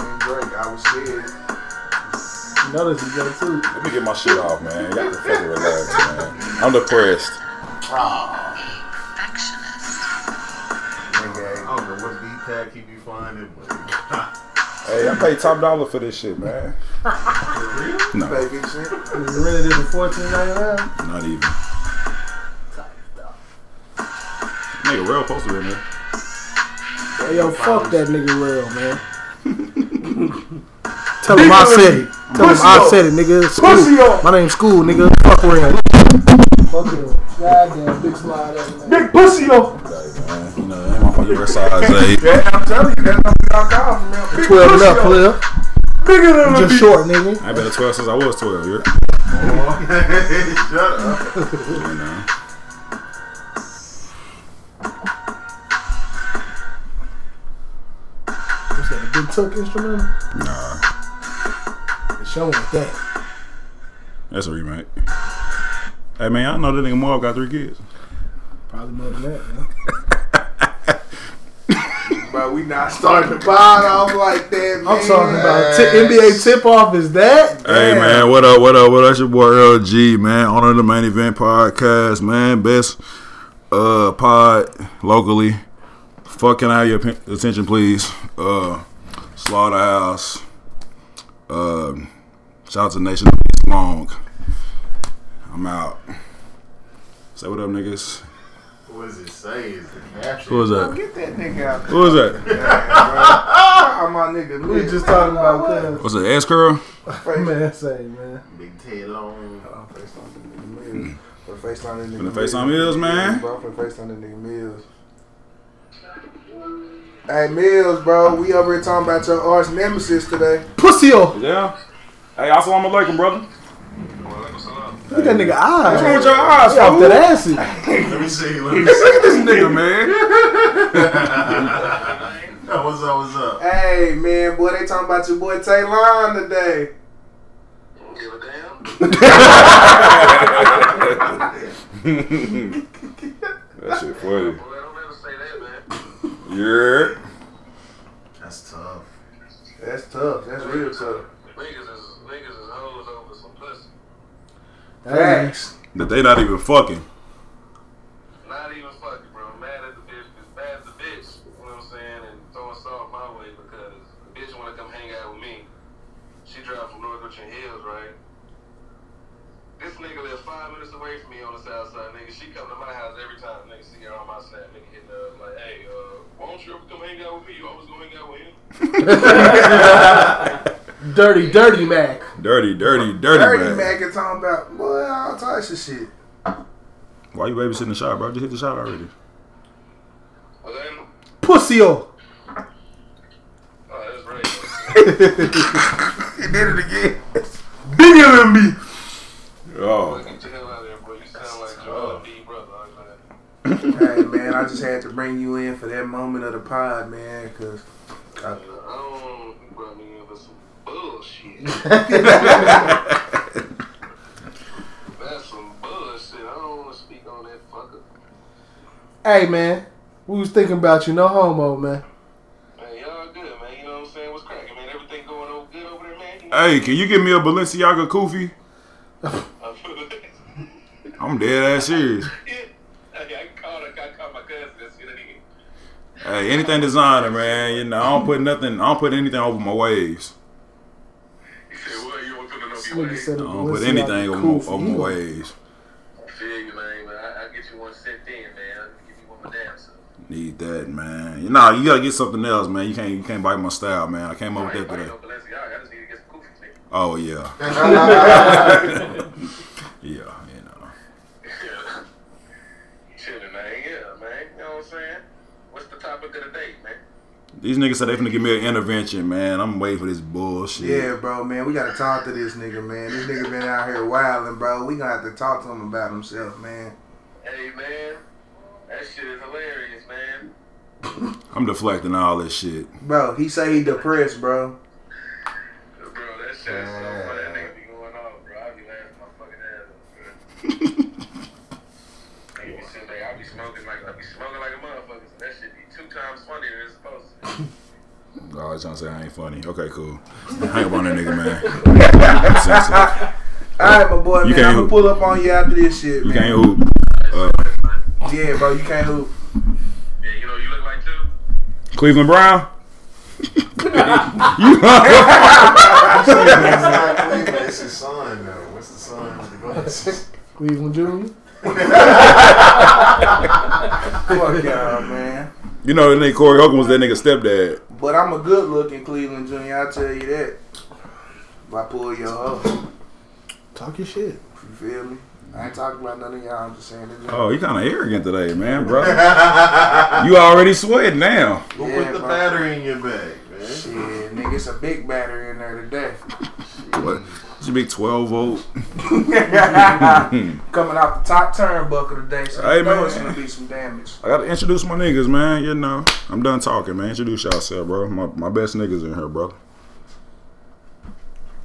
I was scared. Notice you go too. Let me get my shit off, man. Y'all can fucking relax, man. I'm depressed. Perfectionist. Nigga, I don't know what D-Tag keep you finding, but Hey, I paid top dollar for this shit, man. for real? No. Fake and shit. You rented it for fourteen ninety nine. Not even. Nigga, real poster in there. Hey, yo, fuck that nigga real, man. Tell him I Nigga, said it. Tell him I pussy said it, nigga. It's Pussy School. up. My name's School, nigga. Fuck real. Fuck real. Goddamn, big slide up, man. Big pussy though. Like, man, you know, that motherfucker your size eight. Yeah, I'm telling you, that's what I call from now. Big 12 and pussy up, though. player. Bigger than a Just big- short, nigga. I've been a 12 since I was 12. You're, Shut up. you know. What's that, a big tuck instrument? Nah, It's showing like that. that's a remake. Hey, man, I know that nigga Marv got three kids. Probably more than that, man. But we not starting to pod off like that, man. I'm talking about t- NBA tip off is that? Yeah. Hey man, what up? What up? What up? It's your boy LG, man. Owner of the main event podcast, man. Best uh pod locally. Fucking have your atten- attention, please. Uh Slaughterhouse. Uh shout out to Nation It's Long. I'm out. Say what up, niggas. What does it say? Is the caption? Who was that? Get that nigga out Who was that? there, bro. my nigga. We lit. just talking about What? that. Was it S Curl? Man, say, man. Big tail on. FaceTime the nigga Mills. Finna FaceTime the Finna FaceTime Mills, man. Bro, finna FaceTime the nigga Mills. Hey, Mills, bro, we over here talking about your arch nemesis today. Pussy off. Yeah. Hey, assalamu alaikum, brother. Look at that nigga eyes. What's wrong with your eyes, He off fool? that acid. Let me see. Let me see. Look at this nigga, man. What's up? What's up? Hey, man, boy, they talking about your boy Taylon today. Don't give a damn. That shit funny. Boy, don't ever say that, man. Yeah. That's tough. That's tough. That's real tough. Niggas is niggas is hoes over some pussy. Facts. That they not even fucking. Not even fucking, bro. I'm mad at the bitch. Cause mad at the bitch. You know what I'm saying? And throwing salt my way because the bitch want to come hang out with me. She drive from North Richmond Hills, right? This nigga live five minutes away from me on the south side, nigga. She come to my house every time, nigga. See her on my side, nigga. Hitting her up like, hey, uh, won't you ever come hang out with me? You always gonna hang out with him. Dirty, dirty Mac. Dirty, dirty, dirty, Dirty man. Mac is talking about, boy, all types of shit. Why you babysitting the shot, bro? Just hit the shot already. Well, then, Pussy off. oh, that's right. He did it again. Bigger than me. Oh, Get the hell out of there, bro. You sound like Joel B. brother. I was like, hey, man, I just had to bring you in for that moment of the pod, man, because I, I don't, you brought me in for some bullshit. That's some bullshit. I don't want to speak on that fucker. Hey, man. We was thinking about you. No homo, man. Man, y'all good, man. You know what I'm saying? What's cracking, man? Everything going on good over there, man? You Uh. know? hey, can you give me a Balenciaga Koofy? yeah. I'm dead ass serious. Hey, I called, I called my cousin. That's good. Hey, anything designer, man. You know, I don't put nothing. I don't put anything over my waves. He said, what? You don't put no This nigga said I a don't put Balenciaga anything over, cool my- for over you. my waves. Feel you, man. man I, I'll get you one sent in, man. I'll give you one for damn self. Need that, man. You know, you gotta get something else, man. You can't, you can't bite my style, man. I came up I with ain't that buying today. no Balenciaga. I just need to get some Gucci, nigga. Oh yeah, yeah. You know, Yeah. Chilling, man. Yeah, man. You know what I'm saying? What's the topic of the day, man? these niggas said they finna give me an intervention, man. I'm waiting for this bullshit. yeah, bro, man, we got to talk to this nigga, man. This nigga been out here wilding, bro. We going to have to talk to him about himself, man. Hey, man. That shit is hilarious, man. I'm deflecting all this shit. Bro, he say he depressed, bro. Bro, that shit is so funny. That nigga be going off, bro. I be laughing my fucking ass off, bro. Hey, you see, like, I be smoking like I be smoking like a motherfucker, so that shit be two times funnier than it's supposed to. be. Oh, I was trying to say I ain't funny. Okay, cool. I ain't want that nigga, man. I'm sensitive. All right, my boy, You man. can't I'm gonna hoop. pull up on you after this shit, You man. can't hoop. Yeah, bro, you can't hoop. Yeah, you know, you look like too. Cleveland Brown? It's not Cleveland, it's his son, though. What's the son with the glasses? Cleveland Junior. Fuck y'all, man. You know, that nigga Corey Holcomb was that nigga stepdad. But I'm a good looking Cleveland Junior. I tell you that. If I pull your up, you Talk your shit. feel me? I ain't talking about none of y'all. I'm just saying. This Oh, you kind of arrogant today, man, bro. you already sweating now. Who Yeah, put the bro. battery in your bag, man? Shit, nigga, it's a big battery in there today. What? It's a big 12 volt. Coming out the top turnbuckle today, so Hey, you know man. it's gonna be some damage. I gotta introduce my niggas, man. You know, I'm done talking, man. Introduce yourself, bro. My, my best niggas in here, bro.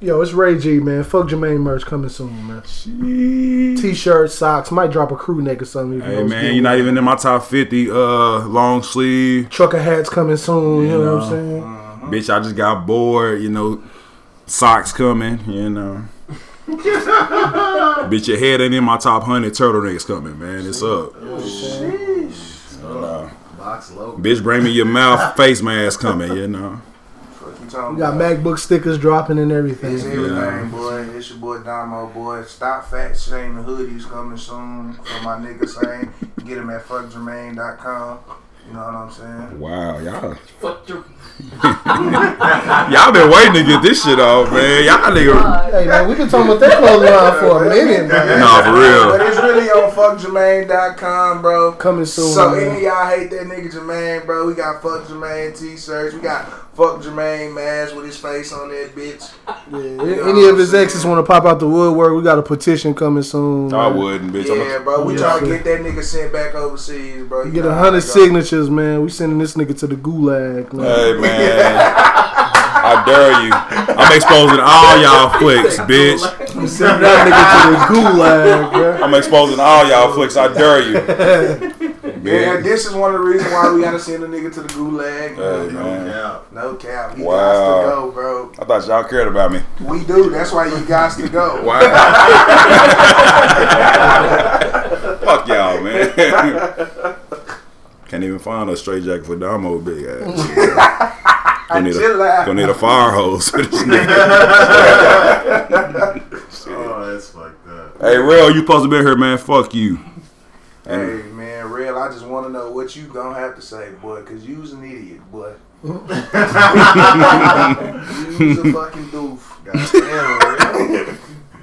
Yo, it's Ray G, man. Fuck Jermaine merch coming soon, man. T-shirts, socks. Might drop a crew neck or something. if you Hey know man, what's you're not good. even in my top 50. Uh, long sleeve, Trucker hats coming soon. You, know, what I'm know. Uh, saying? bitch. I just got bored. You know, socks coming. You know, bitch. Your head ain't in my top hundred. Turtlenecks coming, man. It's up. Uh, Box logo. bitch, bring me your mouth face mask coming. You know, Fuck you talking We got about? MacBook stickers dropping and everything. It's everything, boy. It's your boy Domo, boy. Stop fat shame the hoodies coming soon for my nigga saying. Get him at fuckjermaine.com. You know what I'm saying? wow, y'all, Fuck your y'all been waiting to get this shit off, man. Y'all nigga, Hey man, we been talking about that clothing line for a minute, man. nah, for real. But it's really on fuckjermaine.com, bro. Coming soon. So man. any of y'all hate that nigga Jermaine, bro? We got fuck Jermaine t-shirts. We got fuck Jermaine mask with his face on that bitch. Yeah, any of his exes want to pop out the woodwork, we got a petition coming soon. I man. wouldn't, bitch. Yeah, I'm bro. We Yeah. trying to get that nigga sent back overseas, bro. You Get know a how hundred it go. signatures, man. We sending this nigga to the gulag. Man. a- hey man, I dare you. I'm exposing all y'all flicks, bitch. We sending that nigga to the gulag, bro. I'm exposing all y'all flicks. I dare you. Yeah, Bitch. this is one of the reasons why we gotta send a nigga to the gulag. Hey, man. Yeah. No cap. You Wow. gots to go, bro. I thought y'all cared about me. We do. That's why you gots to go. Wow. Fuck y'all, man. Can't even find a straight jacket for Damo, big ass. Gonna need a, Chill out. gonna need a fire hose for this nigga. Oh, that's fucked up. Hey, real, you supposed to be here, man. Fuck you. Hey man, real. I just want to know what you gonna have to say, boy, cause you's an idiot, boy. you's a fucking doof. Goddamn, real.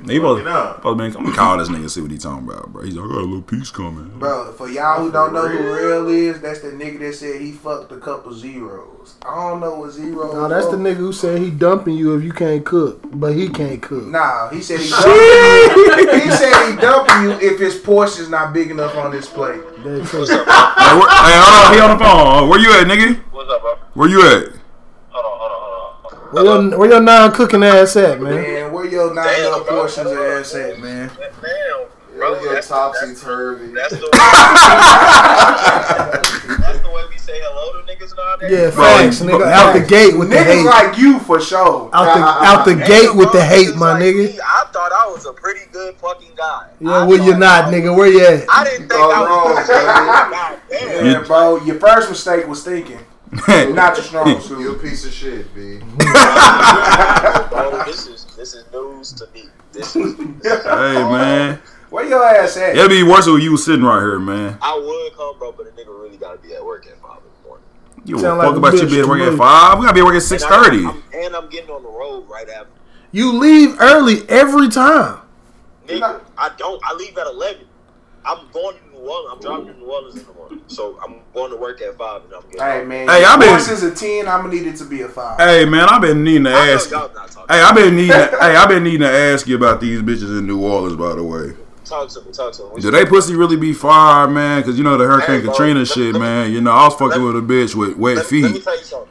He supposed, Fuck it up. supposed to be, I'm gonna call this nigga see what he talking about, bro. He's like, I got a little piece coming. Bro, for y'all who don't know who Real is, that's the nigga that said he fucked a couple zeros. I don't know what zeros. Now that's the are. nigga who said he dumping you if you can't cook, but he can't cook. Nah, he said he dumping you. he said he dumping you if his portion's not big enough on his plate. That's it. Hey, where, hey, hold on, he on the phone. Where you at, nigga? What's up, bro? Where you at? Hold on, hold on, hold on. Where your, where your non-cooking ass at, man? Man, where your not Damn, enough bro. portions of ass at, man? Damn, It was a topsy turvy. That's the way. that's the way we say hello to niggas nowadays. Yeah, facts, Bro, nigga. bro, Out the facts. gate with the Niggas hate. like you for sure. Out the out the gate with the hate, my nigga. I thought I was a pretty good fucking guy. Yeah, where you not, nigga? Where you at? I didn't think Bro, I was. bro, God damn. Yeah, bro, your first mistake was thinking, not your strong You a suit. piece of shit, B. Bro, this is this is news to me. This is. Hey, man. Where your ass at? It'd be worse if you was sitting right here, man. I would come, bro, but a nigga really gotta be at work at five in the morning. You don't Sound fuck like a about you bitch being to working at me. five. We gotta be working at And six I'm- thirty. I'm- And I'm getting on the road right after. You leave early every time. Nigga, I don't. I leave at eleven. I'm going to New Orleans. I'm driving to New Orleans in the morning, so I'm going to work at five, and I'm getting. Hey man, Hey, I your been- portions a ten. I'm gonna need it to be a five. Hey man, I've been needing to I know ask. y'all not talking. Hey, I've been needing. hey, I've been needing to ask you about these bitches in New Orleans. By the way, Talk to me. Talk to me. do they pussy really be fire, man? Because you know the Hurricane Hey, bro, Katrina let- shit, let me- man. You know I was fucking let- with a bitch with wet let, me- let me feet. tell you something.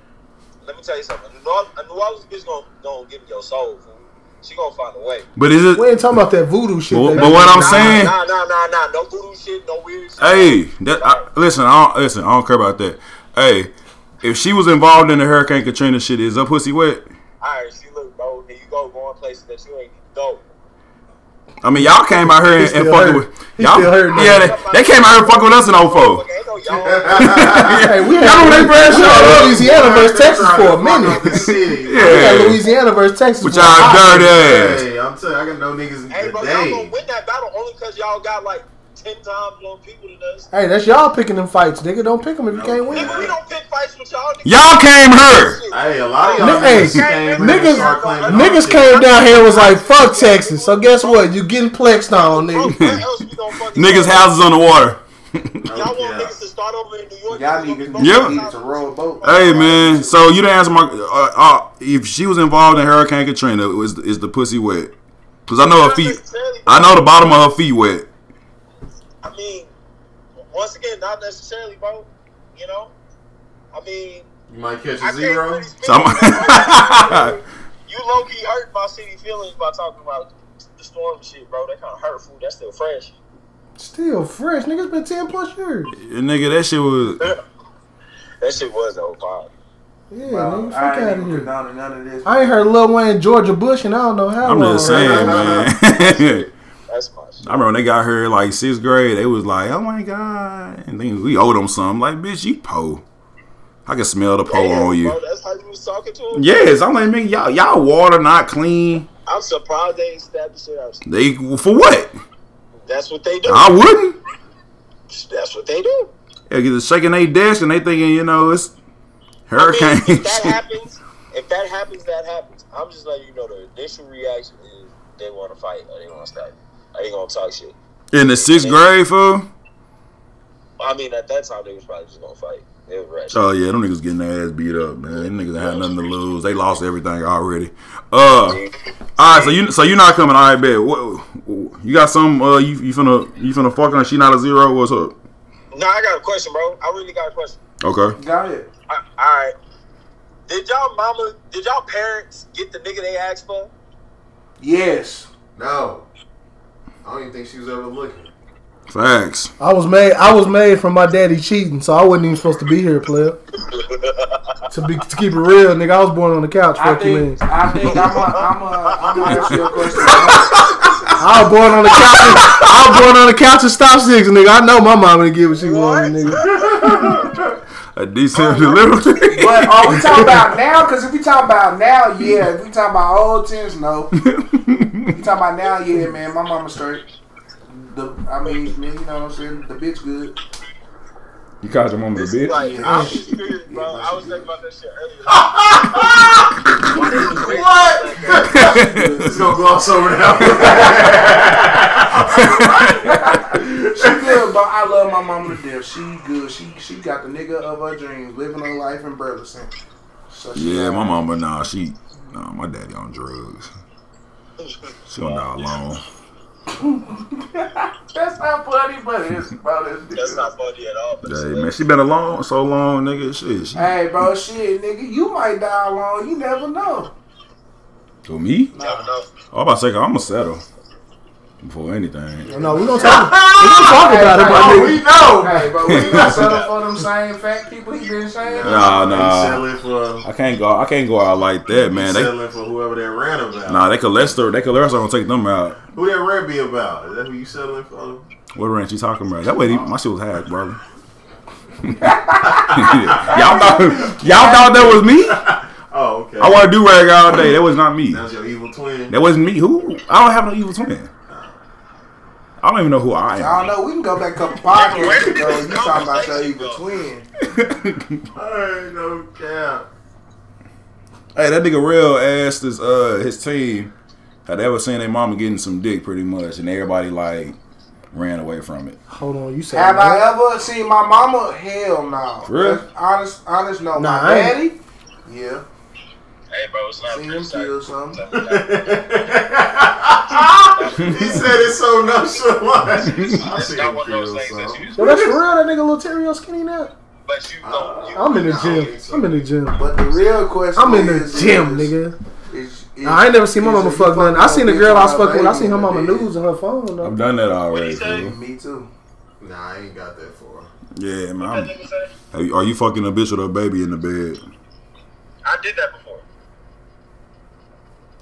Let me tell you something. A New Orleans, a New Orleans bitch gonna gonna give me your soul. fool. She gonna find a way. But is it? We ain't talking about that voodoo shit. But, that but we- what I'm nah, saying, Nah, nah, nah, nah. No voodoo shit. No weird shit. hey, that, I, listen, I don't, listen, I don't care about that. Hey, If she was involved in the Hurricane Katrina shit, is her pussy wet? All right, see, look, bro, there you go, going places that you ain't need to go. I mean, y'all came out here He and, and still fucking hurt. with He y'all. still hurt, yeah, nigga. they, they came out here fucking with us in 04. Ain't no y'all. Hey, we Y'all had, remember when they we had first showed up? Louisiana versus Texas for a minute. minute. We had Yeah, Louisiana versus Texas with for a hot y'all dirty minute. ass. Hey, I'm telling you, I got no niggas hey, bro, y'all gonna today. win that battle only because y'all got like 10 times more people than us. Hey, that's y'all picking them fights, nigga. Don't pick them if you can't win. Nigga, we don't pick fights with y'all. nigga. Y'all came here. Shit. Hey, a lot of y'all Ni- hey, niggas came in niggas- and started claiming all Niggas shit. came down here and was like, fuck Texas. So guess what? You getting plexed on, Bro, nigga. where else we gonna fucking Niggas' go? houses on the water. Y'all want Yeah. niggas to start over in New York? Y'all Niggas niggas gonna Yeah. go need to roll a boat. Hey man, so you didn't answer my. Uh, uh, if she was involved in Hurricane Katrina, is is the pussy wet? Cause I know her Not feet. necessarily, I know the bottom of her feet wet. I mean, once again, not necessarily, bro. You know, I mean, You might catch I a can't zero. really speak. So I'm- you low key hurt my city feelings by talking about the storm and shit, bro. That kind of hurtful. That's still fresh. Still fresh. Nigga's been 10 plus years. Nigga, that shit was. That shit was the whole pop. Yeah, Well, nigga. Fuck I out ain't of even here. condoning none of this. I ain't heard Lil Wayne, Georgia Bush, and I don't know how I'm long. just saying, man. That's my shit. I remember when they got her like sixth grade. They was like, "Oh my god," and then we owed them something. Like, bitch, you po. I can smell the po Damn, on you. Bro, that's how you was talking to him. Yes, I'm like, nigga, y'all, y'all water not clean. I'm surprised they ain't stabbed the shit out. of you. They for what? That's what they do. I wouldn't. That's what they do. They get to shaking they desk and they thinking, you know, it's I mean, hurricane. if that shit. happens, if that happens, that happens. I'm just letting you know the initial reaction is they want to fight or they want to stab. you, Or they gonna talk shit. In the sixth grade, fool. I mean, at that time they was probably just gonna fight. They was ratchet. Oh yeah, them niggas getting their ass beat up, man. Them niggas ain't had nothing to lose. They lost everything already. Uh, all right, so you so you not coming? All right, bet. What, you got some? Uh, you you finna you finna fuck her? and She not a zero? What's up? no, I got a question, bro. I really got a question. Okay. Go ahead. I, all right, did y'all mama? Did y'all parents get the nigga they asked for? Yes. No. I don't even think she was ever looking. Facts. I was made. I was made from my daddy cheating, so I wasn't even supposed to be here, player. to be to keep it real, nigga, I was born on the couch. I Fuck you, man. think, I think I'm gonna I'm I'm ask you a question. I was born on the couch. I was born on the couch and stop six, nigga. I know my mama didn't get what she wanted, What? nigga. A decent delivery. But are we talking about now? Because if we talking about now, yeah. If we talking about old times, no. If we talking about now, yeah, man. My mama straight. The, I mean, man, you know what I'm saying? The bitch good. You caught your mama a bitch. Like, Yeah. I'm just curious, bro. I was thinking about that shit earlier. What? It's gonna gloss over that She good, but I love my mama to death. She good. She she got the nigga of her dreams, living her life in Burleson. So she Yeah, got- my mama. Nah, she. Nah, my daddy on drugs. She on die alone. That's not funny, but it's bro. That's not funny at all. But Hey man, she been alone so long, nigga. Shit. She, Hey, bro, shit, nigga, you might die alone. You never know. to me. never know. I'm about to say, I'm gonna settle before anything. No, we gonna talk. We gonna talk about it, Oh, my nigga. know. Hey, bro, we gonna settle for them same fat people he been saying. Nah, nah. Selling for I can't go. I can't go out like that, man. They, selling for whoever that ran about. nah, they could Lester. They could Lester gonna take them out. Who that ran be about? Is that who you selling for? What ranch you talking about? That way, my shit was hacked, brother. y'all thought y'all thought that was me? Oh, okay. I want to do rag all day. That was not me. That's your evil twin. That wasn't me. Who? I don't have no evil twin. I don't even know who I I don't am. know. We can go back a couple podcasts ago. You talking about your evil twin? Alright, no cap. Hey, that nigga real asked his uh his team had they ever seen their mama getting some dick pretty much, and everybody like ran away from it. Hold on, you said Have that. I ever seen my mama? Hell no. For real? That's Honest, honest, no. Nah, my I ain't- daddy? Yeah. Hey, bro, it's not Seen him pretty. kill something. He said it so nonchalant. I It's see not him one of those kill things that some. you just. Yo, that's for real. That nigga Lil Terrio skinny now. But you don't. You, I'm in the gym. I'm in the gym. But the real question I'm in the is, gym, is- nigga. is- is- I ain't never seen my is mama if you fuck nothing. I fucking seen the bitch girl I was on fucking with. I seen her baby mama in the bed. news on her phone. I've Though. done that already. What'd he say? fool. Me too. Nah, I ain't got that far. Yeah, That man. nigga say, I'm- Are you- are you fucking a bitch with a baby in the bed? I did that before.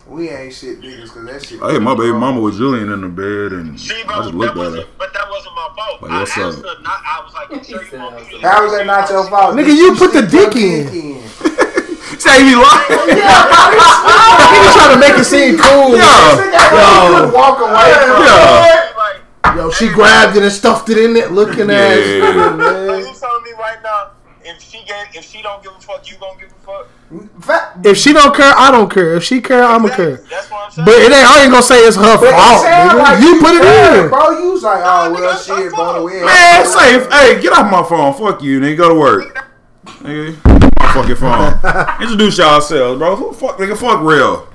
We ain't shit niggas because that Oh, shit. I hit my baby mama with Julian in the bed, and See, bro, I just looked that at her. wasn't, but that wasn't my fault. Like, I what's asked up? her not. I was like, you sure you want me to? How is that not your fault? Nigga, you put the stick dick your in. Say he lying. Nigga trying to make it seem cool. Yeah. Nigga, you walk away from Yeah. Like, Yo, she grabbed it and stuffed it in it, looking at it. Yeah. man. you telling me right now, if she gave, if she don't give a fuck, you gonna give a fuck? Fa- If she don't care, I don't care. If she care, I'ma care. That's what I'm saying. But it ain't. I ain't gonna say it's her But it fault. sound nigga. like you put it yeah, in. Bro, you was like, oh, nigga, well, that's my shit, bro. fault. We ain't- Man, safe. Hey, get off my phone. Fuck you, nigga. Go to work. Nigga, my fucking phone. Introduce yourselves, bro. Who fuck, nigga? Fuck real.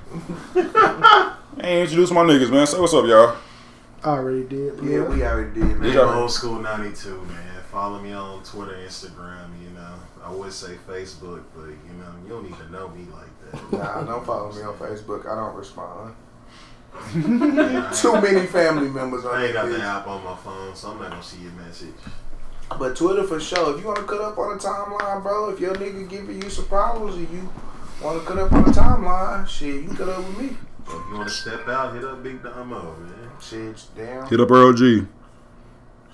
I ain't introduce my niggas, man. Say what's up, y'all. I already did. Yeah, Yeah. we already did, man. Did Man, y'all- old school 92, man. Follow me on Twitter, Instagram, you know. I would say Facebook, but, you know, you don't even know me like that. Nah, don't follow me on Facebook. I don't respond. Man, I- Too many family members on I ain't got the that app on my phone, so I'm not gonna see your message. bitch. But Twitter for sure. If you want to cut up on the timeline, bro, if your nigga giving you some problems and you want to cut up on the timeline, shit, you cut up with me. But if you wanna step out, hit up Big Domo, man. Shit, damn. Hit up Earl G.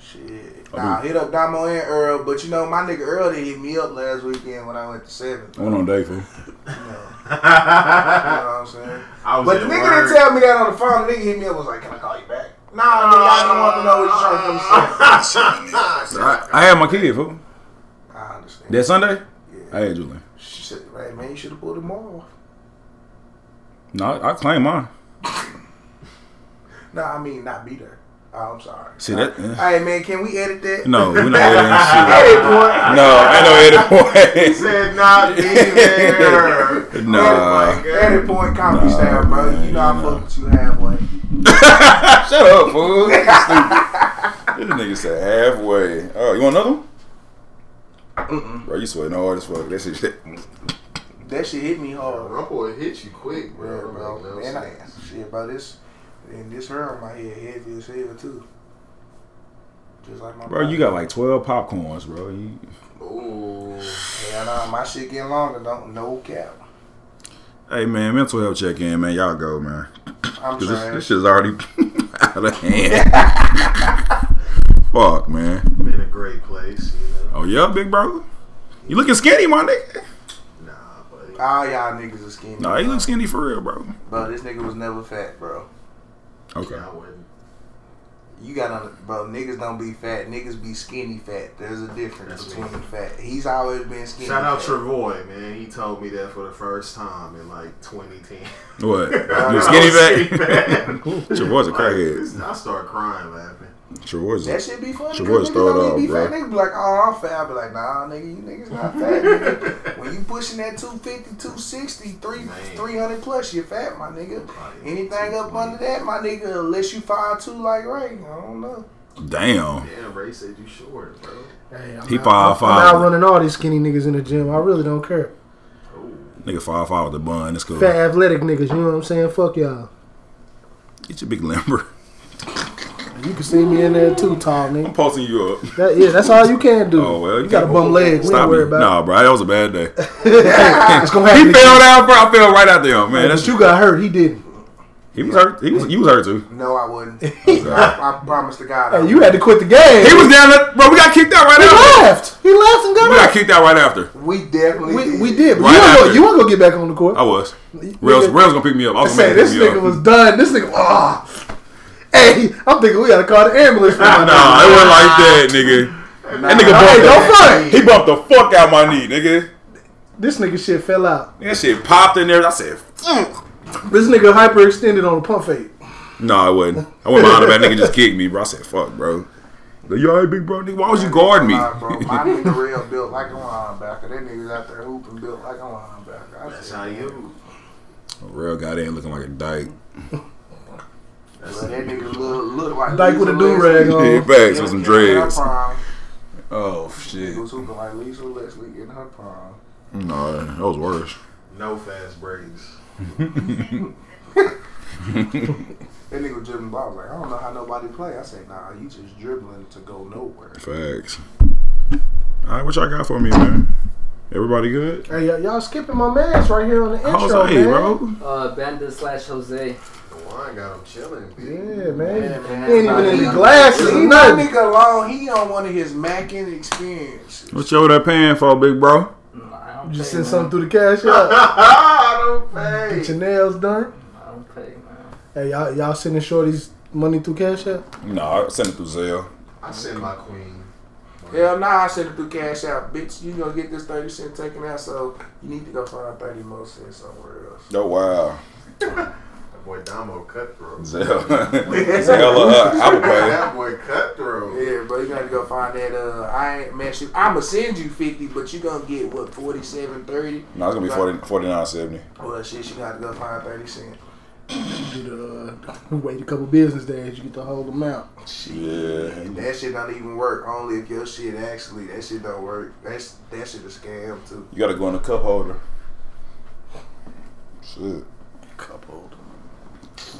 Shit. Nah, hit up Damo and Earl, but you know, my nigga Earl did hit me up last weekend when I went to 7. I went on date for. You know what I'm saying? Oh. I was But at the nigga work. didn't tell me that on the phone. The nigga hit me up was like, "Can I call you back?" Nah, nigga, I don't want to know what you're trying to come say. I, I had my kid, fool. I understand. That Sunday, I yeah. had Julian. She said, "Right, man, you should have pulled him off." No, I, I claim mine. No, I mean not beat her. Oh, I'm sorry. See that? All right, man, can we edit that? No, we not editing shit. Edit point. No, I ain't no edit Said not be there. point. Edit nah. point. Edit point. Copy Nah, staff, bro. man, you know I nah. fuck with you halfway. Shut up, fool. This nigga said halfway. Oh, you want another one? Bro, you sweating hard as fuck. That shit. That shit hit me hard, Rumple hit you quick, bro. bro. bro. Like, no and I, sense. shit, bro. This and this hair on my head heavy as hell too. Just like my Bro, you got like 12 popcorns, bro. You, Ooh. Yeah, nah, my shit getting longer. Don't no cap. hey, man, mental health check in, man. Y'all go, man. I'm 'Cause this, trying. this shit's already out of hand. fuck, man. I'm in a great place, you know. Oh, yeah, big bro. You looking skinny, my nigga. Nah, buddy. All y'all niggas are skinny. No, you look skinny for real, bro. Bro, this nigga was never fat, bro. Okay. I wouldn't. You got on, bro. Niggas don't be fat. Niggas be skinny fat. There's a difference That's between me. fat. He's always been skinny. Shout out fat. Travoy, man. He told me that for the first time in like 2010. What? I You was skinny skinny fat? fat. Your boy's a Like, crackhead. this- I started crying laughing. Your boy's a That shit be funny. 'cause Your voice niggas throw it don't off, be bro. fat. Niggas be like, oh, I'm fat. I be like, nah, nigga, you niggas not fat. nigga. when you pushing that 250, 260, three, Man. 300 plus, you fat, my nigga. Like, Anything up under that, my nigga, unless you 5'2 like Ray. I don't know. damn. Damn, Ray said you short, bro. Hey, I'm He out- five I'm five. out running all these skinny niggas in the gym. I really don't care. Ooh. Nigga five five with the bun. It's cool. Fat athletic niggas, you know what I'm saying? Fuck y'all. Get your big limber. You can see me in there too, tall nigga. I'm posting you up. That, yeah, that's all you can do. Oh well, you got a can't- bum leg. We Stop don't worry me. about Nah, bro, that was a bad day. it. It's gonna happen. he fell down, bro. I fell right out there, man. That's But you true. got hurt. He didn't. He was hurt. He was. You was hurt too. No, I wouldn't. Okay. I, I promise to God. I Hey, you wouldn't. had to quit the game. He was down. There, bro, we got kicked out right He after. left. He left and We got got out. kicked out right after. We definitely We, did. we did. But Right you weren't after. gonna- you weren't gonna get back on the court. I was. You- Rails, you- Rails gonna pick me up. I was Man, gonna make this him pick me nigga up. was done. This nigga, ah. Hey, I'm thinking we gotta call the ambulance. for Nah, my nah, it wasn't like that, nigga. That nigga Hey, bumped. don't front. the- He bumped the fuck out my knee, nigga. This nigga shit fell out. That shit popped in there. I said, This nigga hyperextended on the pump fake. "Nah, I wasn't. I went behind him. That nigga just kicked me, bro. I said, "Fuck, bro. Like, you alright, big bro? Nigga, why was you guarding me? Nah, bro, my nigga Rail built like a linebacker. That nigga's out there hooping built like a linebacker. I That's said, how you. Real guy in looking like a dyke. That's Bro, that nigga look, look like Like with a Lisa do rag Leslie. Yeah, on. bags with some In her dreads. prime. Oh shit. He was hooping like Lisa Leslie in her prime. No, that was worse. no fast breaks. That nigga was dribbling. ball. I was like, I don't know how nobody play. I said, Nah, you just dribbling to go nowhere. Facts. All right, what y'all got for me, man? Everybody good? Hey, y- y'all skipping my man's right here on the intro, Jose, man. bro. Uh, Banda slash Jose. The wine got him chilling. B. Yeah, man. Yeah, man. He ain't even in the Leave- glasses or Leave that nothing. nigga alone. He on one of his macking experiences. What you over there paying for, big bro? I don't You just pay, sent man. something through the cash out. I don't pay. Get your nails done. I don't pay, man. Hey, y'all, y'all sending shorties money through cash out? Nah, I sent it through Zelle. I send my queen. Hell nah, I sent it through cash out, bitch. You gonna get this thirty cent taken out, so you need to go find thirty more cents somewhere else. Oh wow, That boy Damo cutthroat. Zelle, Zelle, or, uh, Apple Pay. That boy cutthroat. Yeah, bro, you gotta go find that. Uh, I ain't man, shoot, I'ma send you fifty, but you gonna get what forty seven thirty. No, it's gonna be 40, 49.70. Well, shit, you gotta go find thirty cent. You do the, uh, wait a couple business days, you get the whole amount. Yeah, And that shit don't even work. Only if your shit actually that shit don't work. That's that shit a scam too. you gotta go in the cup holder. Shit. Cup holder.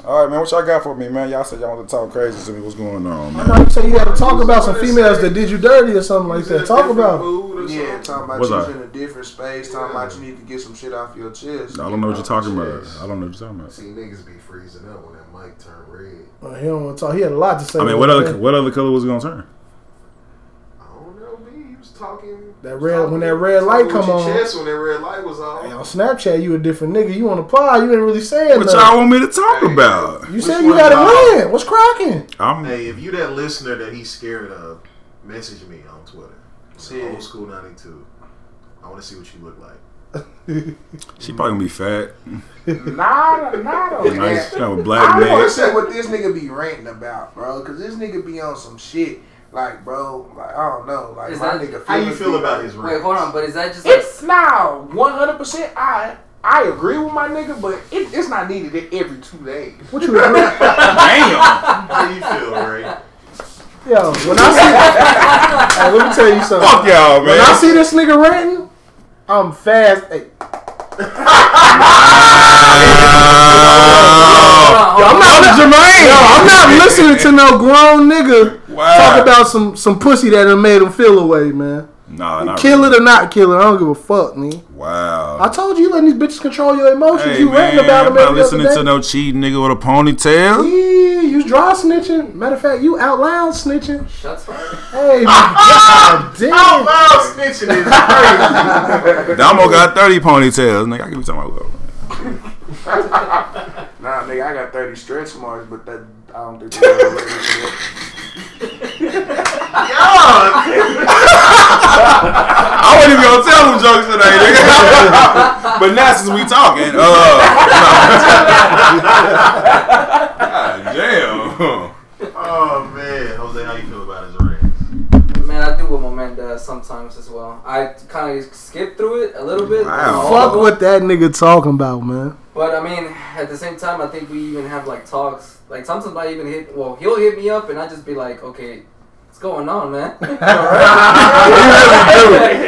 All right, man. What y'all got for me, man? Y'all said y'all want to talk crazy to me. What's going on, I man? know you say you gotta talk about some What is females that? that did you dirty or something like He's in that. a Talk different about it. mood or Yeah, something. talking about What's you in that? a different space. Talking about you need to get some shit off your chest. I don't know what you're talking about. I don't know what you're talking about. See niggas be freezing up when that mic turn red. Well, he don't want to talk. He had a lot to say. I mean, about what other that. what other color was it gonna turn? I don't know, B. He was talking. That red- when that red light talking come with your on. Chest when that red light was on. Hey, on Snapchat, you a different nigga. You on the pod, you ain't really saying What y'all nothing. want me to talk about? You said Which you one gotta y'all- win. What's cracking? I'm Hey, if you that listener that he's scared of, message me on Twitter. It's Yeah. Old school ninety two. I want to see what you look like. she probably gonna be fat. Nah, not on Nice, that. kind of a I black want to man. see what this nigga be ranting about, bro. Cause this nigga be on some shit, like, bro, like I don't know, like Is my that- nigga. How you feelings feel be- about his rants? Wait, hold on, but is that just like It's now one hundred percent. I I agree with my nigga, but it, it's not needed it every two days. What you agree? Damn. How you feel, Ray? Yo, when I see, Hey, let me tell you something. Fuck y'all, When I man. see this nigga ranting, I'm fast. Hey, Hold on, I'm not, Jermaine. yo, I'm not listening to no grown nigga Wow. talk about some some pussy that done made him feel away, man. Nah, not Kill really. it or not kill it, I don't give a fuck, man. I Wow. told you, you letting these bitches control your emotions. Hey you ranting man, about I'm them every not other listening day. to no cheating nigga with a ponytail. Yeah, you was dry snitching. Matter of fact, you out loud snitching. shots fired? Hey, god damn. Oh, snitching is crazy. Damo got 30 ponytails. Nigga, I can be talking about. Nah, nigga, I got thirty stretch marks, but that I don't think. they're ready for that. I wasn't even gonna tell them jokes today, nigga. but now since we talking, uh, no. God damn. oh man, Jose, how you feel about his rants? Man, I do what my man does sometimes as well. I kind of skip through it a little bit. Wow. Not all Fuck of it. what that nigga talking about, man. But I mean, at the same time, I think we even have like talks. Like sometimes I even hit. Well, he'll hit me up, and I just be like, "Okay, what's going on, man?" He really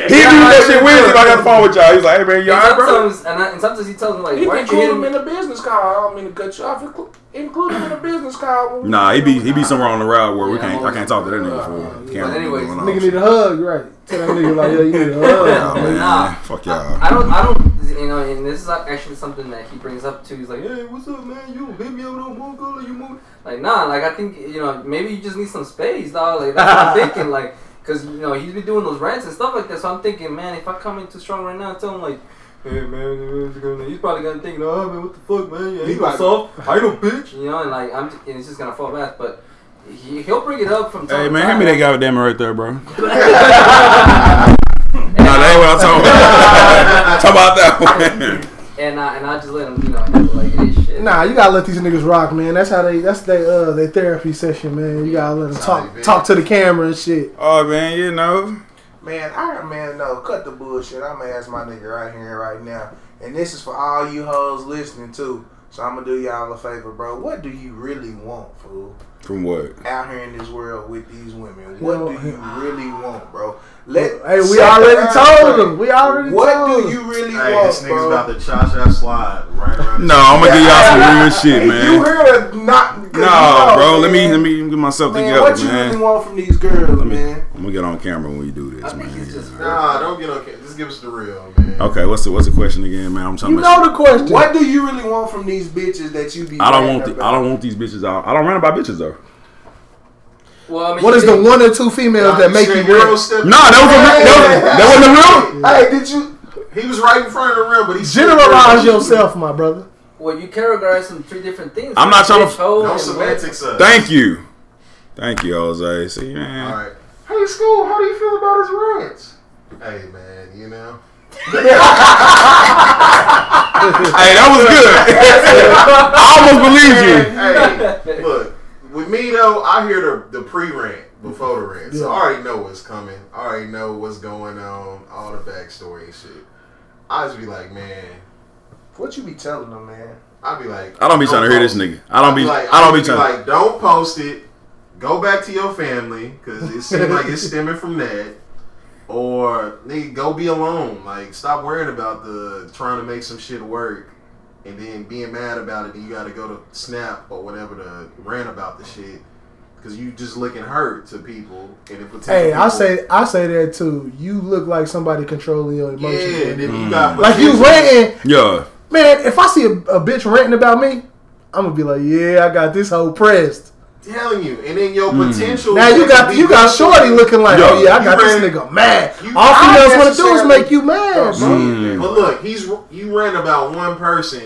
do. He do that shit Wednesday. when I got the phone with y'all. He's like, hey man, you and alright, bro? sometimes, and, I, and sometimes he tells me like, You "Why can aren't you include him hitting in me?" a business call. I don't mean to cut you off. Inclu- Include him in a business call. Nah, he be he be somewhere on the route where we Yeah, can't I can't talk to that nigga for. But anyways, Oh, Nigga need a hug, right? Tell that nigga like, yo, you need a hug. man, Nah. fuck I y'all. don't. I don't. You know, and this is actually something that he brings up too. He's like, "Hey, what's up, man? You don't hit me up no more, girl. You move." Like, nah. Like, I think you know, maybe you just need some space, dog. Like, that's what I'm thinking. Like, cause you know he's been doing those rants and stuff like that. So I'm thinking, man, if I come in too strong right now, I tell him like. Hey man, he's probably gonna think, oh man, what the fuck, man? You ain't no soft, I ain't no bitch. You know, and like I'm, and it's just gonna fall back. But he, he'll bring it up from time Hey to man, time. hand me that goddamn right there, bro. nah, that ain't what I'm talking about. Talk about that one. and I and I just let him, you know, handle like, hey, shit. Nah, you gotta let these niggas rock, man. That's how they. That's they. Uh, their therapy session, man. You gotta let them talk, talk to the camera and shit. Oh man, you know. Man, I man, no, cut the bullshit. I'm gonna ask my nigga right here, and right now, and this is for all you hoes listening too. So I'm gonna do y'all a favor, bro. What do you really want, fool? From what? Out here in this world with these women, You what know- do you really want, bro? Let Hey, we set already the told ground them. We already straight. What told do them. you really Hey, want, this nigga's bro? about to cha cha slide right around. No, I'm gonna give y'all some real shit, Hey, You man. heard of not? No, bro. Let me man. let me get myself Man, together, what you man. really want from these girls, Let me. man? I'm gonna get on camera when we do this, I think it's just- man. Nah, don't get okay. Just give us the real, man. Okay, what's the what's the question again, man? I'm trying You to. know the question. What do you really want from these bitches that you be? I don't ranting want the, about? I don't want these bitches out. I don't run about bitches though. Well, I mean, What you is the think- one or two females that make you real real? step. No, that was a, that, was, that wasn't real. Hey, did you? He was right in front of the rim, but he still- Generalize yourself, my brother. Well, you categorize some three different things. I'm not trying to- Bitch, hoe, No and semantics. Up. Thank you, thank you, Jose. See, man. All right. Hey, school, how do you feel about his rants? Hey man, you know. Hey, that was good. I almost believed you. Hey, look. With me though, I hear the the pre rant before the rant, so I already know what's coming. I already know what's going on, all the backstory and shit. I just be like, man. What you be telling them, man? I'd be like, I don't be trying to hear this post it. nigga. I don't be. Like, I don't be I'd trying. Like, don't post it. Go back to your family because it seems like it's stemming from that. Or nigga, go be alone. Like, stop worrying about the trying to make some shit work, and then being mad about it. Then you got to go to Snap or whatever to rant about the shit because you just looking hurt to people. And if Hey, I say I say that too. You look like somebody controlling your yeah, emotions. and if man. you got Mm. Like you ranting, Yeah. man. If I see a, a bitch ranting about me, I'm gonna be like, yeah, I got this whole pressed. telling you, and then your potential. Mm. Now you got you got shorty looking like, Yo, oh yeah, I you got this ran- nigga mad. you- All I Oh, females want to do is necessarily- make you mad, bro. Mm. But look, he's you ran about one person.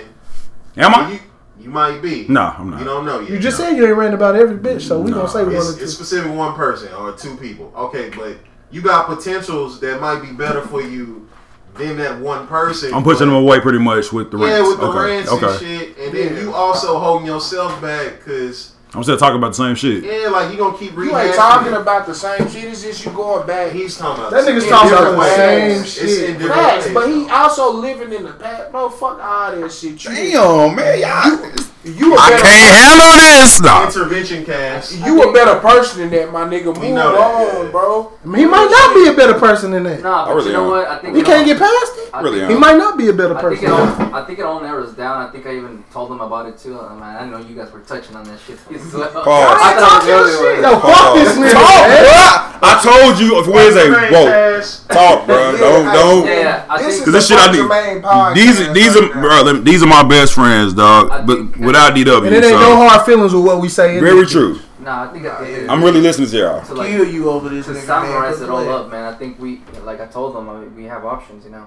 Am I? You, you might be. No, I'm not. You don't know yet. You just no. said you ain't ranting about every bitch, so we Nah. gonna say one or it's, two. it's specific one person or two people. Okay, but you got potentials that might be better for you than that one person. I'm pushing them away pretty much with the But- Yeah, rants. with the okay. rants okay. and shit, and then you also holding yourself back because I'm still talking about the same shit. yeah, like you gonna keep rehashing. You ain't talking it. about the same shit. It's just you going back. He's talking about That nigga's in talking about different the same ways. It's shit. in different Facts, ways, but he though. also living in the past. Bro, fuck all that shit. You, Damn, man, y'all. you a I better, can't handle this. Nah. intervention cast. you a better person than that, my nigga. Move know that, on, yeah. bro. I mean, he might not be a better person than that. Nah, but I really you know am. what? I think He it can't all- get past it. I Really think- am. He might not be a better I think, person. it all, I think it all narrows down. I think I even told them about it too. I, mean, I know you guys were touching on that shit. as well. Pause. I thought it was everywhere. Yo, fuck Oh. this nigga. Talk, man. bruh. I told you if Wednesday. Whoa. Talk, bro. Don't don't. Yeah, yeah, I This think is 'Cause this shit I the need- main podcast These these are right now. bro, let me- these are my best friends, I dog. think- But without DW, And it ain't so no hard feelings with what we say. in very it. true. Nah, I think I did. I'm really listening to y'all. to like kill you over this. to nigga, summarize man. it all up, man. I think we, like I told them, I mean, we have options. You know,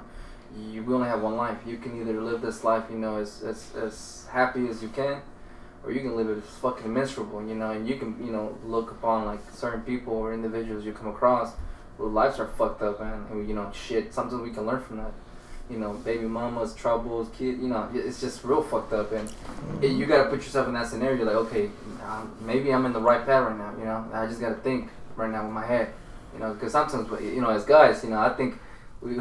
you, we only have one life. You can either live this life, you know, as as as happy as you can, or you can live it as fucking miserable. You know, and you can, you know, look upon like certain people or individuals you come across whose lives are fucked up, man. And you know, shit. Sometimes we can learn from that. You know, baby mama's troubles, kid. You know, it's just real fucked up, and it, you gotta put yourself in that scenario. Like, okay, um, maybe I'm in the right path right now. You know, I just gotta think right now with my head. You know, because sometimes, but, you know, as guys, you know, I think we,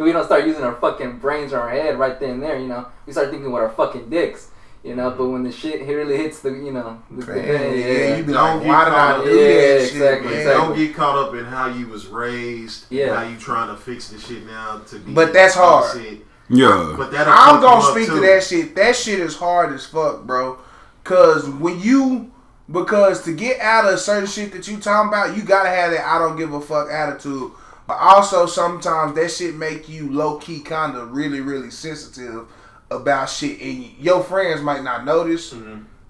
we don't start using our fucking brains or our head right then and there. You know, we start thinking with our fucking dicks. You know, but when the shit hit- really hits the, you know, the, the Yeah, fan, yeah, you be Don't like, get why did caught I up. do Yeah, that shit, exactly, man? exactly. Don't get caught up in how you was raised. Yeah. How you trying to fix the shit now to be. But that's hard. Shit. Yeah. But that I'm gonna speak to that shit. That shit is hard as fuck, bro. Cause when you because to get out of certain shit that you talking about, you gotta have that I don't give a fuck attitude. But also sometimes that shit make you low key kinda really, really sensitive about shit and your friends might not notice.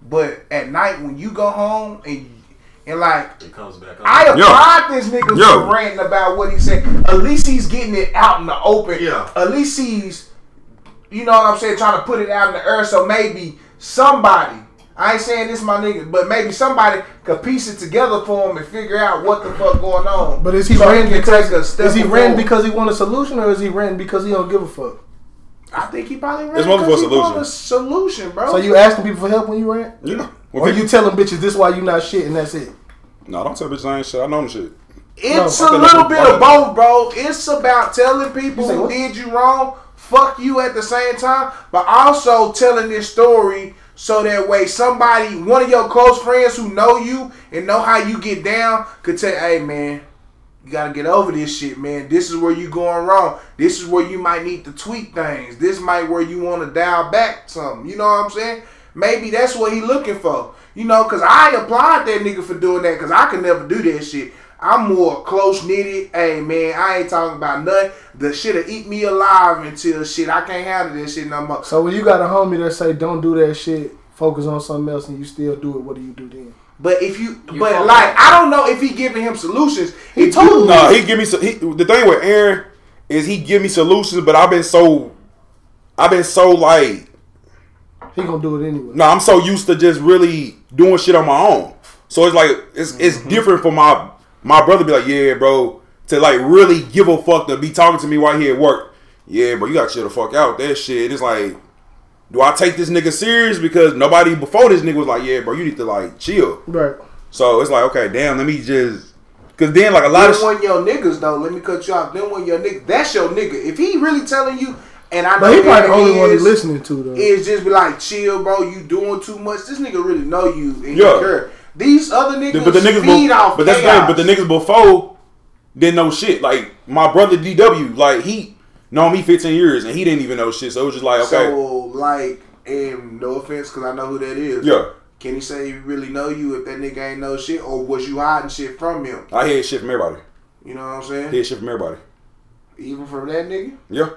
But at night when you go home and and like It comes back. I up. applaud this nigga Yo. for ranting about what he said. At least he's getting it out in the open. Yeah. At least he's, you know what I'm saying, trying to put it out in the earth. So maybe somebody, I ain't saying this my nigga, but maybe somebody could piece it together for him and figure out what the fuck going on. But is he so ranting can because take a step is he ranting forward. because he want a solution or is he ranting because he don't give a fuck? I think he probably There's ranting multiple because he want a solutions. solution, bro. So you asking people for help when you rant, Yeah. or Well, you you telling bitches this why you not shit and that's it? no, don't tell bitches I ain't shit. I know them shit. It's No, a I think little that's bit of what- both, bro. It's about telling people You say who what? did you wrong fuck you at the same time, but also telling this story so that way somebody, one of your close friends who know you and know how you get down, could say, "Hey, man." You gotta get over this shit, man. This is where you going wrong. This is where you might need to tweak things. This might where you want to dial back something. You know what I'm saying? Maybe that's what he looking for. You know, cause I applaud that nigga for doing that, cause I could never do that shit. I'm more close knitted. Hey man, I ain't talking about nothing. The shit'll eat me alive until shit I can't handle this shit no more. So when you got a homie that say don't do that shit, focus on something else, and you still do it, what do you do then? But if you, You but fuck like up. I don't know if he giving him solutions. He told No, me he give me so- he, the thing with Aaron is he give me solutions, but I've been so I've been so like He gonna do it anyway. no, I'm so used to just really doing shit on my own. So it's like it's it's different for my my brother be like, yeah, bro, to like really give a fuck to be talking to me while he at work. Yeah, bro, you got to chill the fuck out with that shit. It's like, do I take this nigga serious because nobody before this nigga was like, yeah, bro, you need to like chill. Right. So it's like, okay, damn, let me just because then like a lot Then of shit. one of your niggas though. Let me cut you off. Then one of your niggas. That's your nigga. If he really telling you, and I know But he probably the that only one he is, listening to though. is just be like, chill, bro. You doing too much. This nigga really know you and Yeah. you care. These other niggas, but the niggas, feed be- off but that's the thing. chaos. But the niggas before didn't know shit. Like my brother DW, like he known me 15 years and he didn't even know shit. So it was just like, okay, So like, and no offense, cause I know who that is. yeah, Can he say he really know you if that nigga ain't know shit, or was you hiding shit from him? I hear shit from everybody. You know what I'm I saying? hear shit from everybody. Even from that nigga. Yeah,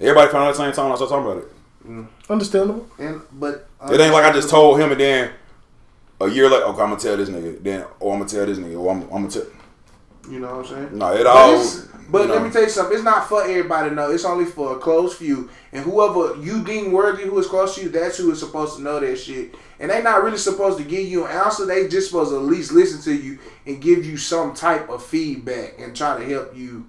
everybody found out at the same time. I started talking about it. Understandable. And but It ain't like I just told him and then a year later, okay, I'm gonna tell this nigga. Then oh, I'm gonna tell this nigga. Oh, I'm, I'm gonna tell. You know what I'm saying? No, it But, all. it's- but you know. let me tell you something. It's not for everybody. No, it's only for a close few. And whoever you deem worthy, who is close to you, that's who is supposed to know that shit. And they not really supposed to give you an answer. They just supposed to at least listen to you and give you some type of feedback and try to help you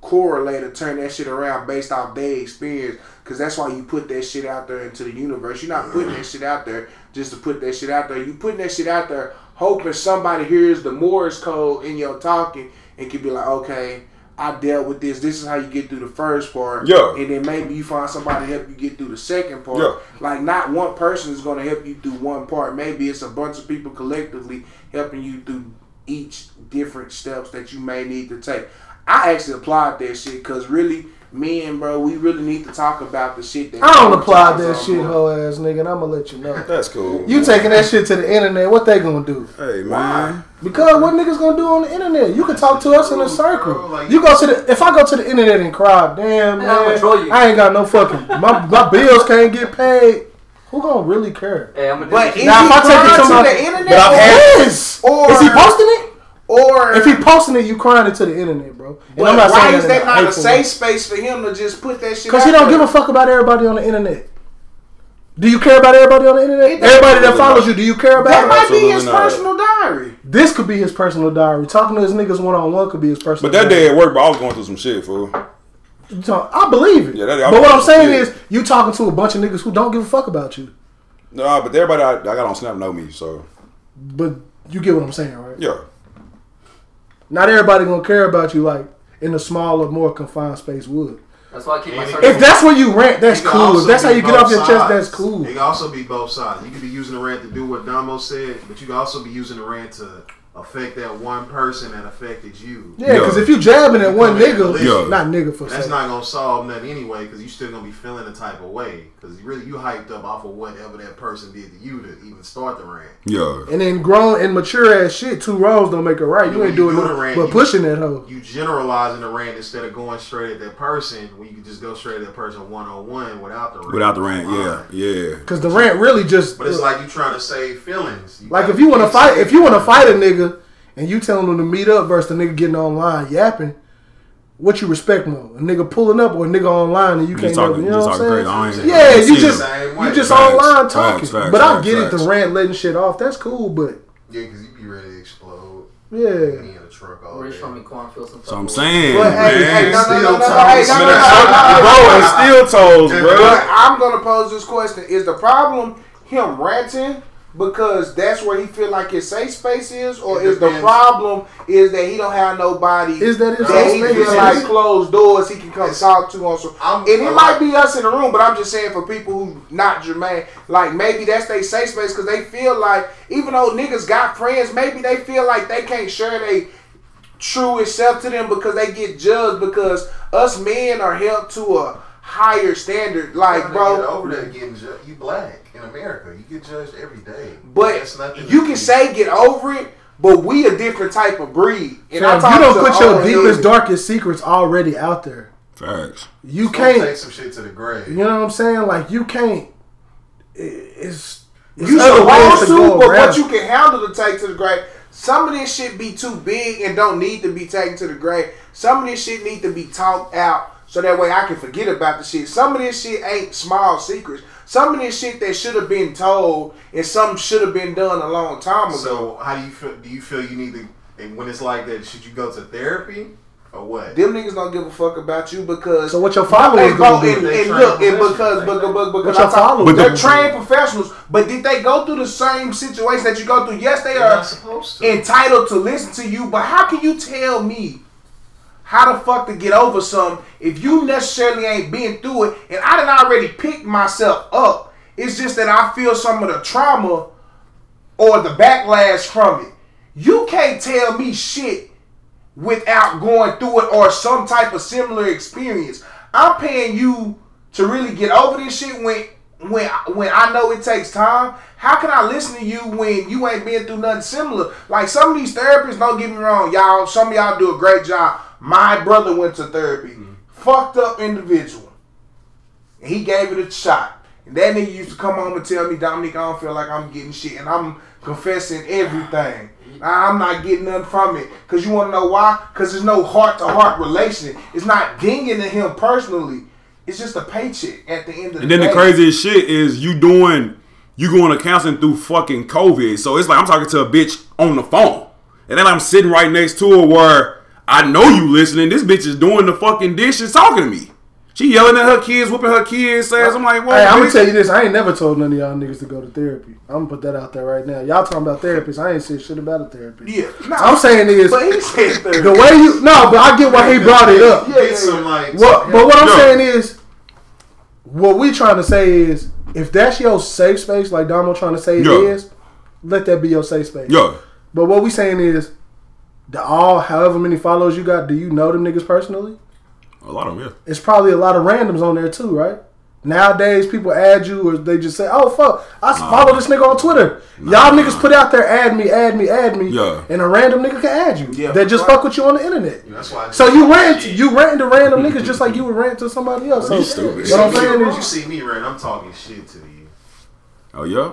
correlate or turn that shit around based off their experience. Cause that's why you put that shit out there into the universe. You're not putting that shit out there just to put that shit out there. You putting that shit out there hoping somebody hears the Morse code in your talking and can be like, okay, I dealt with this. This is how you get through the first part. Yeah. And then maybe you find somebody to help you get through the second part. Yeah. Like not one person is gonna help you through one part. Maybe it's a bunch of people collectively helping you through each different steps that you may need to take. I actually applaud that shit because really, me and bro, we really need to talk about the shit that I don't apply that shit, hoe ass nigga, and I'ma let you know. That's cool. You taking that shit to the internet, what they gonna do? Hey man, Because what niggas gonna do on the internet? You can talk to us in a Bro, circle. like- You go to the if I go to the internet and cry, damn Man, I'ma man, troll you. I ain't got no fucking my my bills can't get paid. Who gonna really care? Hey, I'm gonna do But this is shit. Now, he if I take crying it to to my- the internet? But I've or- had- Yes. Or- is he posting it? or If he posting it, you crying into the internet, bro. And but why is in that a not a hateful safe space for him to just put that shit? Because he out don't there? give a fuck about everybody on the internet. Do you care about everybody on the internet? Everybody that Absolutely follows not. you, do you care That about might them? be his Absolutely not. personal diary. This could be his personal diary. Talking to his niggas one on one could be his personal but that diary. day at work, bro, I was going through some shit, fool. You talk- I believe it. Yeah, that day I but what I'm was- saying yeah. is, you talking to a bunch of niggas who don't give a fuck about you. Nah, but everybody I, I got on Snap know me, so But you get what I'm saying, right? yeah. Not everybody gonna care about you like in a smaller, more confined space would. That's why I keep my If circle. If that's where you rant, that's It can cool. If also that's how be you get both off your chest, sides. that's cool. It can also be both sides. You could be using the rant to do what Damo said, but you can also be using the rant to affect that one person that affected you. Yeah, because Yeah. if you jabbing at one Yeah. nigga, Yeah. not nigga for That's sake. not gonna solve nothing anyway, because you still gonna be feeling the type of way. Because really, you hyped up off of whatever that person did to you to even start the rant. Yeah. And then grown and mature ass shit, two wrongs don't make a right. You When ain't you doing do the nothing rant, but you- pushing that hoe. You generalizing the rant instead of going straight at that person when you can just go straight at that person one on one without the rant. Without the rant, Fine. yeah, yeah. Cause the rant really just But it's like you trying to save feelings. like gotta if you wanna keep fight saving if you wanna feelings. fight a nigga and you telling him to meet up versus the nigga getting online yapping, what you respect more? A nigga pulling up or a nigga online and you can't Just never, talking- you know just what talking I'm crazy. saying? I Yeah, ain't- I ain't you seen just it. Same way. you just Facts, online facts, talking. facts, but I facts, get it, facts. the rant letting shit off, that's cool, but Yeah, because you be ready to explode. yeah. Be in a truck all Rich day. from me cornfield sometimes. So I'm saying, But hey, man. hey, no, no, no, no, no, Still hey, no, no, no, no, no, no, no, bro, no. and steel toes, bro. But I'm gonna pose this question: Is the problem him ranting, because that's where he feel like his safe space is, or It is the depends. problem is that he don't have nobody Is that his that safe he space? feel like closed doors he can come It's- talk to on some. I'm- And it I'm- might be us in the room, but I'm just saying for people who not germane, like maybe that's their safe space because they feel like even though niggas got friends, maybe they feel like they can't share they truest self to them because they get judged because us men are held to a higher standard. Like, Gotta bro, get over that getting judged. You black in America. You get judged every day. But That's nothing you to can do. say get over it, but we a different type of breed. And I Fam, talk you to don't put your all deepest, niggas. darkest secrets already out there. Facts. You Don't take can't. some shit to the grave. You know what I'm saying? Like you can't. i- It's. it's You other should ways want to to, go but around. what you can handle to take to the grave. Some of this shit be too big and don't need to be taken to the grave. Some of this shit need to be talked out so that way I can forget about the shit. Some of this shit ain't small secrets. Some of this shit that should have been told and some should have been done a long time ago. So how do you feel? Do you feel you need to? And when it's like that, should you go to therapy or what? Them niggas don't give a fuck about you because So what your followers Hey, bro, gonna do? and, They and trained look, and professionals, because they- because because, because your I'm talking- followers they're gonna do? trained professionals, but did they go through the same situation that you go through? Yes, they You're are not supposed to. entitled to listen to you, but how can you tell me how the fuck to get over something if you necessarily ain't been through it? And I done already picked myself up. It's just that I feel some of the trauma or the backlash from it. You can't tell me shit without going through it or some type of similar experience. I'm paying you to really get over this shit when when when I know it takes time. How can I listen to you when you ain't been through nothing similar? Like some of these therapists, don't get me wrong, y'all. Some of y'all do a great job. My brother went to therapy. Fucked up individual. And he gave it a shot. And that nigga used to come home and tell me, Dominic, I don't feel like I'm getting shit. And I'm confessing everything. Nah, I'm not getting nothing from it. Because you want to know why? Because there's no heart to heart relation. It's not dinging to him personally. It's just a paycheck at the end of the And then day. the craziest shit is you doing you going to counseling through fucking COVID. So it's like I'm talking to a bitch on the phone. And then I'm sitting right next to her where I know you listening. This bitch is doing the fucking dishes talking to me. She yelling at her kids, whooping her kids' ass. I'm like, what? Hey, I'm gonna bitch? tell you this. I ain't never told none of y'all niggas to go to therapy. I'm gonna put that out there right now. Y'all talking about therapists? I ain't said shit about a therapist. Yeah. Nah, I'm saying is But he said the therapy. way you no, but I get why he brought it up. Get some like. What, but what I'm Yeah. saying is, what we trying to say is, if that's your safe space, like Domo trying to say it is, Yeah. let that be your safe space. Yo, But what we saying is, the all however many followers you got, do you know them niggas personally? a lot of them, yeah. It's probably a lot of randoms on there too, right? Nowadays, people add you or they just say, "Oh fuck, I s- follow this nigga on Twitter." Y'all niggas put out there, add me, add me, add me, Yeah. and a random nigga can add you. Yeah, they just right. fuck with you on the internet. That's why. I So just- you rant, you ranting to random niggas just like you would rant to somebody else. So, You stupid. What I'm You see saying me- is, you see me, right? I'm talking shit to you. Oh, yeah?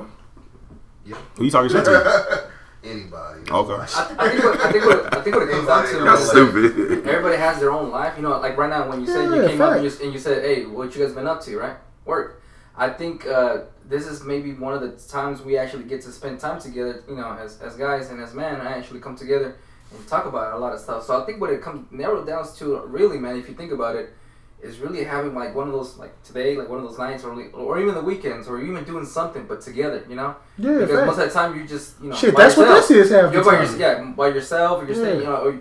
Yeah. Who you talking shit to? Anybody. Okay. I, I think what, I think what, I think what it comes down to That's is stupid. everybody has their own life. You know, like right now when you said Yeah, you came up and you, facts. and you said, "Hey, what you guys been up to?" Right, work. I think uh, this is maybe one of the times we actually get to spend time together. You know, as, as guys and as men, I actually come together and talk about a lot of stuff. So I think what it comes narrowed down to, really, man, if you think about it, is really having like one of those like today, like one of those nights, or or even the weekends, or even doing something but together. You know, Yeah, because facts. most of the time you just you know Shit, by that's what this is half the You're by time. yourself- yeah, by yourself, or you're staying, you Yeah. know, or,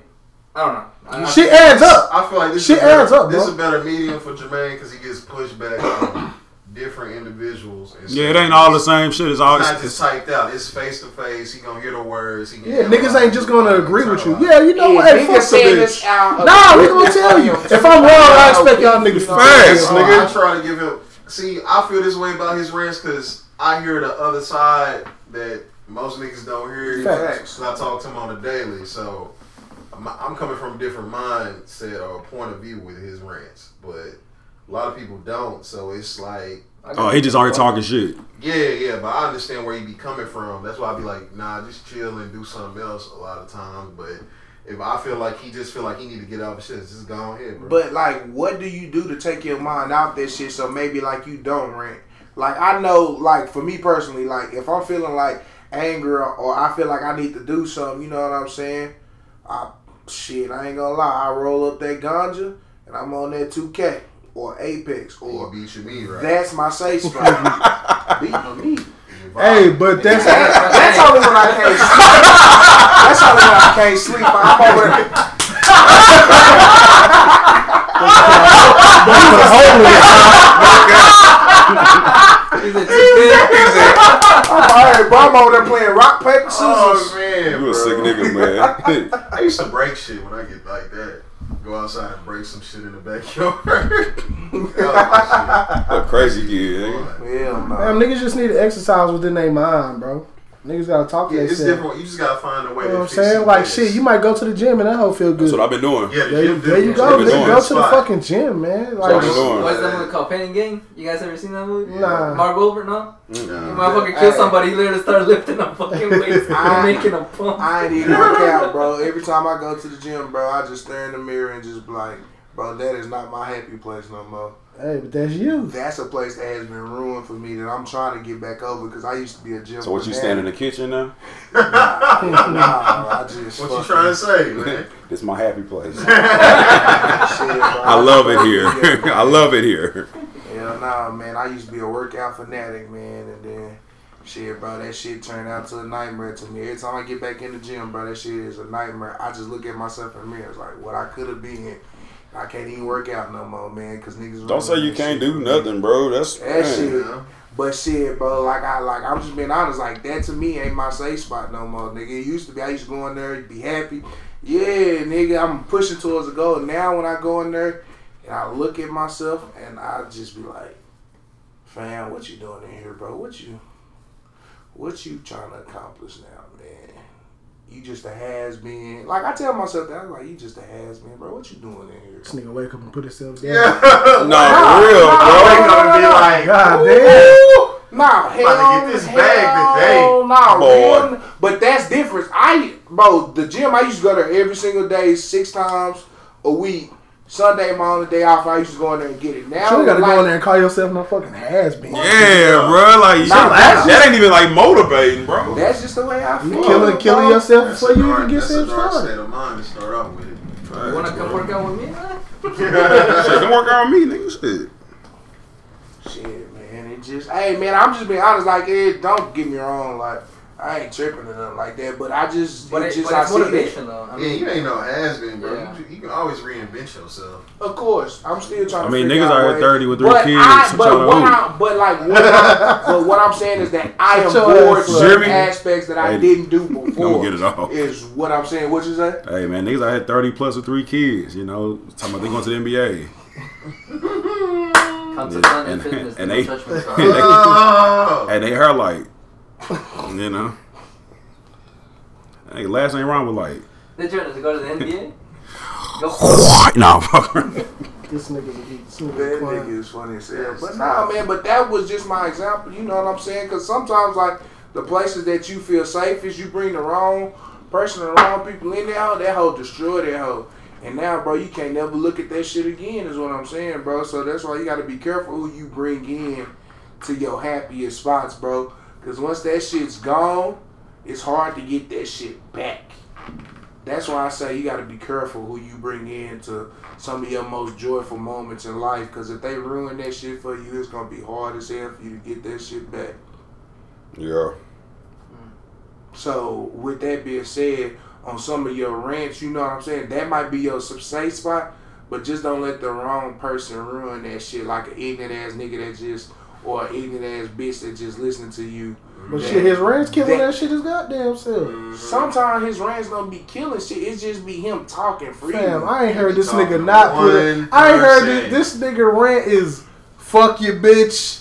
I don't know. I, I- shit adds up. I feel like this Shit is a better, adds up, This bro. is a better medium for Jermaine because he gets pushback from different individuals. and Yeah, it ain't all the same shit. It's all It's not it's, just it's, typed out. It's face to face. He gonna hear the words. He can Yeah, niggas ain't just gonna agree with you. Yeah, you know Yeah, what? Hey, niggas fuck the saying this bitch. out of- Nah, we gonna tell you. If I'm wrong, I expect y'all niggas to Facts, tell me. nigga. I try to give him. See, I feel this way about his rants because I hear the other side that most niggas don't hear. Facts. And I talk to him on a daily, so I'm, I'm coming from a different mindset or point of view with his rants, but a lot of people don't. So it's like, oh, he just already talking shit. yeah, yeah, but I understand where you be coming from. That's why I be like, nah, just chill and do something else a lot of times. But if I feel like he just feel like he need to get out of shit, just go on here, bro. But like, what do you do to take your mind out that shit? So maybe like you don't rant. Like I know, like for me personally, like if I'm feeling like anger or I feel like I need to do something, you know what I'm saying? I shit, I ain't gonna lie. I roll up that ganja and I'm on that 2K or Apex or or beat your meat, right? that's my safe spot. Beat my meat. Hey, but that's That's only when I can't sleep. That's only when I can't sleep. I'm over there. He's a too I'm, alright, bro, I'm over there playing rock, paper, scissors. Oh man, You a bro. sick nigga, man. I used to break shit when I get like that. Go outside and break some shit in the backyard. oh, What a crazy kid. eh? shit. nigga. Hell no. damn niggas just need to exercise within their mind, bro. Niggas gotta talk to Yeah, it's themselves. different. You just gotta find a way. You know to what I'm fix saying? it, Like yes. shit, you might go to the gym and that hoe feel good. That's what I've been doing. Yeah, the there, gym there you dude. go, Keep it nigga. going. Go to the Spot. fucking gym, man. What Like, you big. doing? What's that movie called? Pain Game? You guys ever seen that movie? Nah. Mark Wahlberg, no? You Nah. motherfucker kill Hey. somebody, he literally start lifting up fucking weights Ah. and making a pump. I ain't even work out, bro. Every time I go to the gym, bro, I just stare in the mirror and just be like, bro, that is not my happy place no more. hey, but that's you. That's a place that has been ruined for me that I'm trying to get back over because I used to be a gym. So what you fanatic. stand in the kitchen now? Nah, I just. What you trying to say, man? This my happy place. Shit, bro. I love it here. I love it here. Hell nah, man. I used to be a workout fanatic, man, and then shit, bro. That shit turned out to a nightmare to me. Every time I get back in the gym, bro, that shit is a nightmare. I just look at myself in the mirror, it's like what I could have been. I can't even work out no more, man, because niggas. Don't say you can't do nothing, bro. That's That man. shit. Yeah. But shit, bro, like I like I'm just being honest, like that to me ain't my safe spot no more, nigga. It used to be I used to go in there, be happy. Yeah, nigga, I'm pushing towards the goal. Now when I go in there and I look at myself and I just be like, fam, what you doing in here, bro? What you what you trying to accomplish now, man? You just a has been. Like I tell myself that I'm like, you just a has been, bro. What you doing in here? This nigga wake up and put himself down. Yeah. No, for real, bro. Wake up and be like, God damn. Nah, hell, about to get this hell, bag today. Nah, Boy. man. But that's different. I, bro, the gym I used to go there every single day, six times a week. Sunday, my only day off, I used to go in there and get it. Now, You ain't gotta like, go in there and call yourself no fucking has been. Yeah, bro. Like shit, Nah, that, that's- that ain't even like motivating, bro. That's just the way I feel. Killing, killing bro. yourself That's before a you even dark, get that's a shit dark started. state of mind to start off with. You wanna come work out with me? huh? Shit, don't work out on me, nigga. Shit. Shit, man. It just, hey, man, I'm just being honest. Like, it, don't get me wrong. Like, I ain't tripping or nothing like that. But I just, But, it it, just, but I it's see that. motivation though. I Yeah, mean, you ain't no has been, bro. Yeah. You, you can always reinvent yourself. Of course, I'm still trying. I mean, to figure niggas out out here ways. 30 with three but kids. I, but Tryna what hoop. I, but like, what I'm, but what I'm saying is that I am Shut your bored ass with up. certain Jimmy. aspects that I Hey, didn't do before. get it off. Is what I'm saying. What you say? Hey man, niggas I had thirty plus with three kids. You know, talking about they going to the NBA. come to Planet and- Fitness, and no they- judgment zone. and they, Oh, and they hair light. You know, hey, last ain't wrong with light. They trying to go to the NBA? Go nah, fucker. This nigga's a geek. This That nigga's a clown. nigga is funny as hell. But nah, man. But that was just my example. You know what I'm saying? Because sometimes, like the places that you feel safe is you bring the wrong person, the wrong people in there. hoe, That hoe destroy that hoe. And now, bro, you can't never look at that shit again. Is what I'm saying, bro. So that's why you got to be careful who you bring in to your happiest spots, bro. Because once that shit's gone, it's hard to get that shit back. That's why I say you got to be careful who you bring in to some of your most joyful moments in life. Because if they ruin that shit for you, it's going to be hard as hell for you to get that shit back. Yeah. So, with that being said, on some of your rants, you know what I'm saying? That might be your sub- safe spot, but just don't let the wrong person ruin that shit. Like an ignorant ass nigga that just, or an ignorant ass bitch that just listening to you. But shit, his rants killing that shit his goddamn self. Sometimes his rants gonna be killing shit. It's just be him talking freely. Fam, I ain't heard this Talking nigga not put it. one I ain't heard person. this, this nigga rant is fuck you, bitch.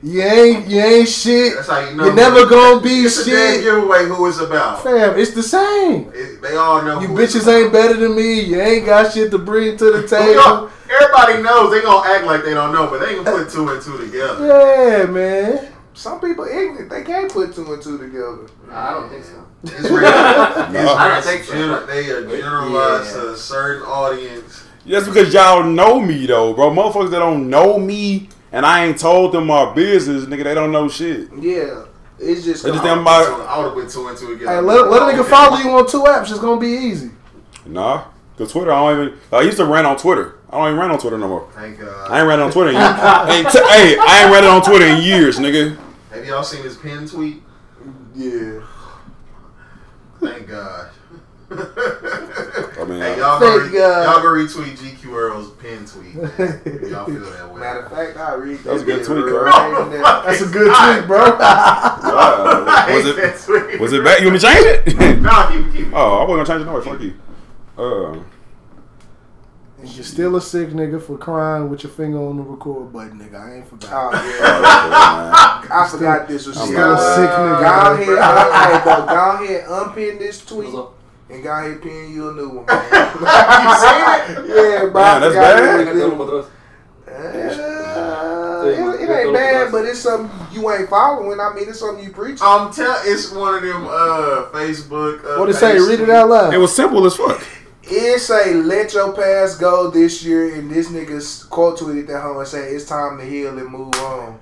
You ain't you ain't shit. that's how you know. You never gonna be It's a damn shit. giveaway who it's about. Fam, it's the same. It- they all know. You who it's bitches about. ain't better than me. You ain't got shit to bring to the Well, table. y'all- Everybody knows they gonna act like they don't know, but they can put two and two together. Yeah, man. Some people ignorant. They can't put two and two together. I don't think so. It's real. Nah. I think gener- they are generalized to a certain audience. That's because y'all know me though, bro. Motherfuckers that don't know me and I ain't told them my business, nigga, they don't know shit. Yeah, it's just. They just think I I'm would about have put two and two together. Hey, let, let a nigga follow you on two apps. It's gonna be easy. nah. Cause Twitter, I don't even. I used to rant on Twitter. I don't even rant on Twitter no more. Thank God. I ain't ran on Twitter. In, ain't t- hey, I ain't ran it on Twitter in years, nigga. Have Have y'all seen his pin tweet? Yeah. Thank God. I mean, hey, I- y'all go, Thank re- God. y'all go retweet GQ Earl's pin tweet. man. If y'all feel that way. Matter of fact, I read That was a good shit tweet, bro. right now. That's a good tweet, bro. Wow. was it was it bad? You want me to change it? Nah, keep it, keep it. oh, I wasn't gonna change it. No, way. fuck you. Uh, You're still a sick nigga for crying with your finger on the record button, nigga. I ain't Ah, forgot. Oh, yeah. oh, okay, man. I forgot this was I'm still still a sick nigga. Go ahead, hey, bro, go ahead, unpin this tweet What's up? and go ahead, pin you a new one. Man. you seen it? Yeah, bro. I Damn, that's forgot it bad. was a good one. That's Uh, it, it ain't bad, but it's something you ain't following. I mean, it's something you preach. I'm Um, tell it's one of them uh Facebook uh, What it say? page Read it tweets. out loud. It was simple as fuck. It say let your past go this year, and this nigga's quote tweeted that hoe and say it's time to heal and move on.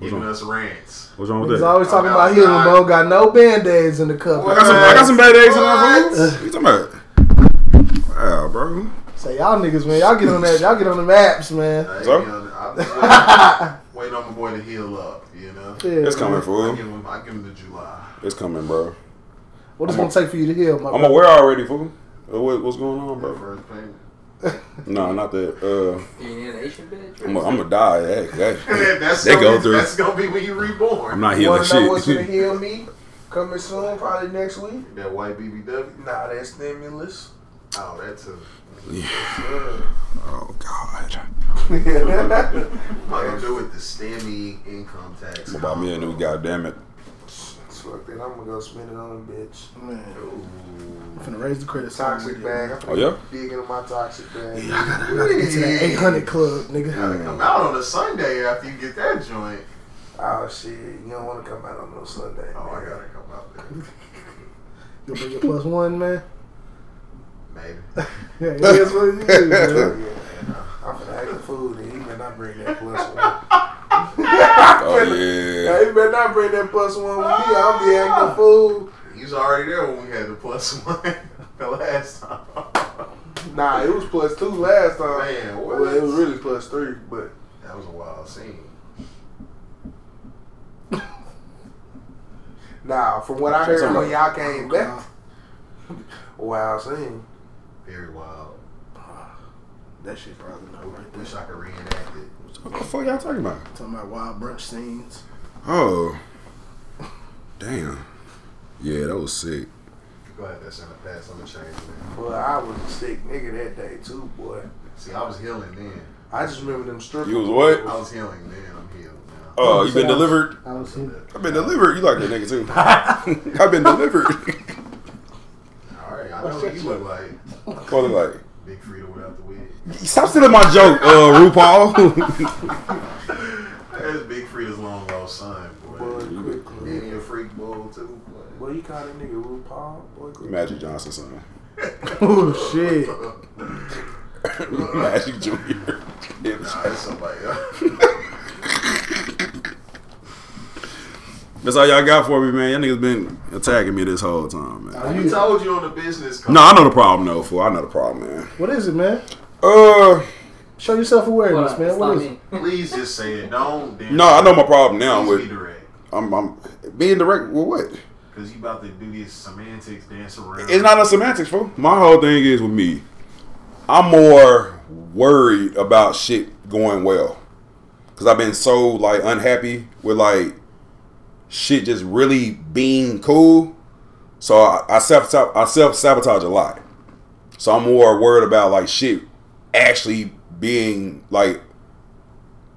Giving us rants. What's wrong with He's that? always talking about healing, bro. Got no band aids in the cup. I got some, I got some bad eggs in my What? food. What you talking about? Wow, bro. Say y'all niggas, man. Y'all get on that. Y'all get on the apps, man. Like, So? Uh, you know, I'm just waiting, waiting on my boy to heal up. You know, Yeah, It's coming, I fool. give him, I give him the July. It's coming, bro. What it's gonna take for you to heal, my I'm brother? aware already, fool. Uh, What, what's going on, My bro? first payment. No, not that. Uh, Do you need an Asian bitch? I'm gonna die. Hey, hey. that's They gonna go be, through. That's gonna be when you I'm reborn. not You healing wanna know what's gonna shit. heal me? Coming soon, probably next week. That white BBW. Nah, that stimulus. Oh, that's a. oh God. I'm not gonna do with the STEMI income tax. Buy me a new goddamn it. Fuck that, I'm gonna go spend it on a bitch. Man, Ooh. I'm finna raise the credit score. Toxic bag. I'm Oh, yeah? Dig into my toxic bag. Get to that 800 club, nigga. Gotta come out on a Sunday after you get that joint. Oh shit, you don't want to come out on no Sunday. Oh, I man. gotta come out there. You'll bring your plus one, man. Maybe. Yeah, it is what it is, man. I'm finna act the fool, and he better not bring that plus one. Oh yeah. Yeah, he better not bring that plus one with me. I'll be acting the fool. He was already there when we had the plus one the last time. Nah, it was plus two last time. Man, what? Well, it was really plus three, but That was a wild scene. nah, from what I heard when Something. y'all came back, wow, scene. Very wild. That shit probably not right there. Wish I could reenact it. What the fuck y'all talking about? Talking about wild brunch scenes. Oh. Damn. Yeah, that was sick. Glad that's in the past. I'm gonna change that. Well, I was a sick nigga that day too, boy. See, I was healing then. I just remember them strippers. You was what? I was healing then. I'm healed now. Oh, you been delivered. I was I've been delivered. You like that nigga too. I've been delivered. All right, I know what you look like. Calling like, Big Frida without the wig. stop stealing my joke, uh, RuPaul. That's Big Frida's long lost son, Boy, boy. quick, Then quick. he a freak boy too. Boy. Boy, you call that nigga RuPaul? Boy, quick. Magic Johnson, son. Oh, shit. Magic Junior. Nah, that's somebody else. That's all y'all got for me, man. Y'all niggas been attacking me this whole time, man. I told you on the business call. No, I know the problem though, fool. I know the problem, man. What is it, man? Uh, Show yourself awareness, What, man. it's What not is it? uh, me. Please just say it. Don't. then- no, I know my problem now. With Please be direct. I'm, I'm being direct. With what? Cause you about to do this semantics dance around. It's not a semantics, fool. My whole thing is with me. I'm more worried about shit going well, cause I've been so like unhappy with like shit just really being cool. So I, I self I self sabotage a lot. So I'm more worried about like shit actually being like